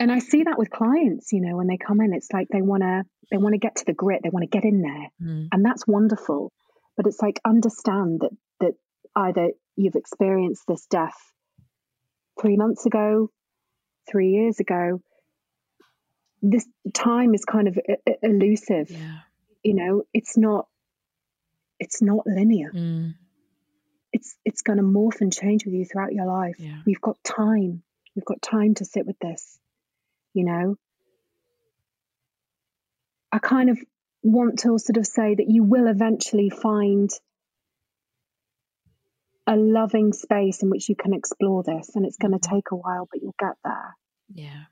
D: and i see that with clients you know when they come in it's like they want to they want to get to the grit they want to get in there
C: Mm.
D: and that's wonderful but it's like understand that that either you've experienced this death 3 months ago 3 years ago this time is kind of e- e- elusive
C: Yeah.
D: you know it's not it's not linear
C: Mm.
D: it's it's going to morph and change with you throughout your life
C: Yeah.
D: we've got time we've got time to sit with this you know i kind of want to sort of say that you will eventually find a loving space in which you can explore this and it's going to take a while but you'll get there
C: Mm-hmm. Yeah.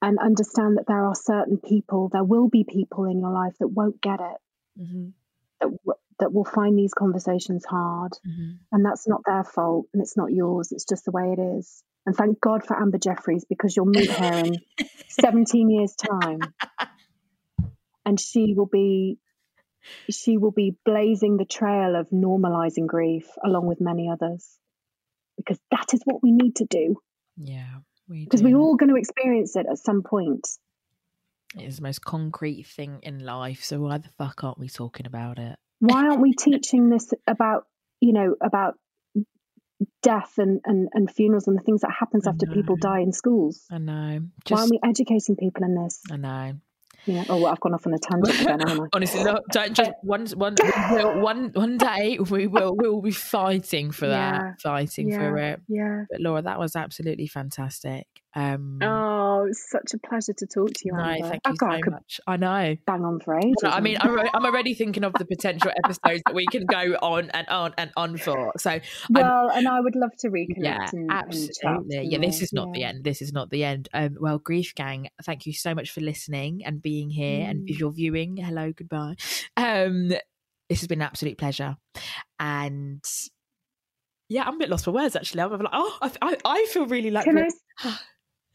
D: and understand that there are certain people there will be people in your life that won't get it
C: Mm-hmm.
D: that, w- that will find these conversations hard
C: Mm-hmm.
D: and that's not their fault and it's not yours it's just the way it is and thank god for amber jeffries because you'll meet her in 17 years time and she will be she will be blazing the trail of normalizing grief along with many others because that is what we need to do
C: Yeah, we
D: because
C: do.
D: we're all going to experience it at some point.
C: It is the most concrete thing in life. So why the fuck aren't we talking about it?
D: Why aren't we teaching this about, you know, about death and, and, and funerals and the things that happens
C: I
D: after people
C: know.
D: die in schools?
C: I know.
D: Why
C: Just
D: aren't we educating people in this?
C: I know.
D: Yeah. Oh, well, I've gone off on a tangent again, haven't I?
C: (laughs) Honestly, no, don't
D: (laughs)
C: just one, one, one, one, one day we will we will be fighting for that,
D: Yeah,
C: fighting for
D: yeah,
C: it.
D: Yeah.
C: But Laura, that was absolutely fantastic. Um,
D: Oh, it's such a pleasure to talk to you,
C: no,
D: Amber.
C: thank
D: Oh,
C: you
D: God, I
C: so
D: could
C: much. I know.
D: bang on for ages.
C: I mean,
D: on
C: I'm, alre- I'm already thinking of the potential episodes that we can go on and on and on for. So,
D: Well, and I would love to reconnect.
C: yeah,
D: and, um, And
C: absolutely.
D: chat,
C: Yeah, this is not
D: yeah.
C: the end. This is not the end. Um, well, Grief Gang, thank you so much for listening and being here and if
D: Mm.
C: you're viewing, hello, goodbye. Um, this has been an absolute pleasure. And yeah, I'm a bit lost for words actually. I'm like, oh, I, I, I feel really like. (gasps)
D: Can I oh,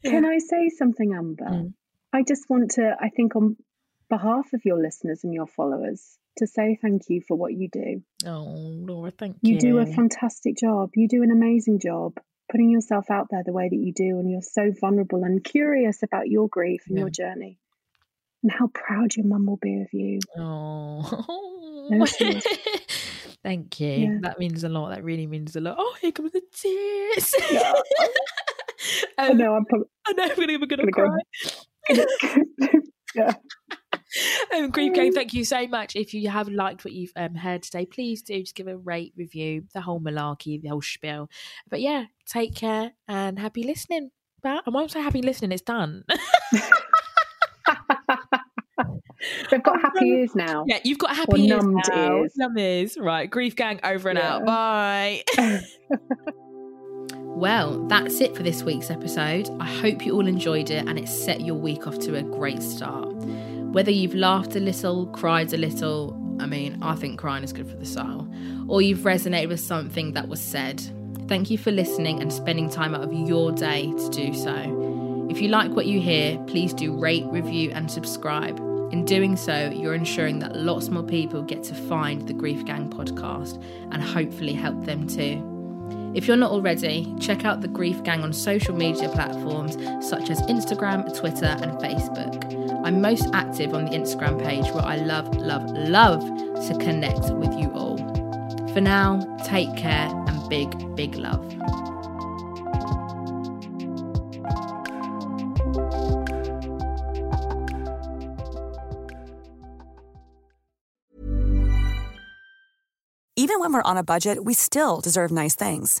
C: Yeah.
D: Can I say something, Amber?
C: Mm.
D: I just want to, I think, on behalf of your listeners and your followers, to say thank you for what you do.
C: Oh, Laura, thank you.
D: You do a fantastic job. You do an amazing job putting yourself out there the way that you do. And you're so vulnerable and curious about your grief and your journey and how proud your mum will be of you.
C: Oh.
D: No tears.
C: (laughs) Thank you.
D: Yeah.
C: That means a lot. That really means a lot. Oh, here comes the tears. (laughs)
D: Yeah. I
C: um,
D: know Oh, I'm (laughs) probably
C: I know we're going to
D: Gonna
C: cry.
D: go- yeah.
C: um, Grief Gang, thank you so much. If you have liked what you've um, heard today, please do just give a rate, review, the whole malarkey, the whole spiel. But yeah, take care and happy listening. But I won't say happy listening, it's done. (laughs)
D: They've got happy
C: no.
D: ears now.
C: yeah, you've got
D: Or
C: happy ears
D: numbed
C: now.
D: ears.
C: Numb ears. Right, Grief Gang, over and out.
D: Yeah.
C: Bye. (laughs)
F: Well, that's it for this week's episode. I hope you all enjoyed it and it set your week off to a great start. Whether you've laughed a little, cried a little, I mean, I think crying is good for the soul, or you've resonated with something that was said, thank you for listening and spending time out of your day to do so. If you like what you hear, please do rate, review, and subscribe. In doing so, you're ensuring that lots more people get to find the Grief Gang podcast and hopefully help them too. If you're not already, check out the Grief Gang on social media platforms such as Instagram, Twitter, and Facebook. I'm most active on the Instagram page where I love, love, love to connect with you all. For now, take care and big, big love.
A: Even when we're on a budget, we still deserve nice things.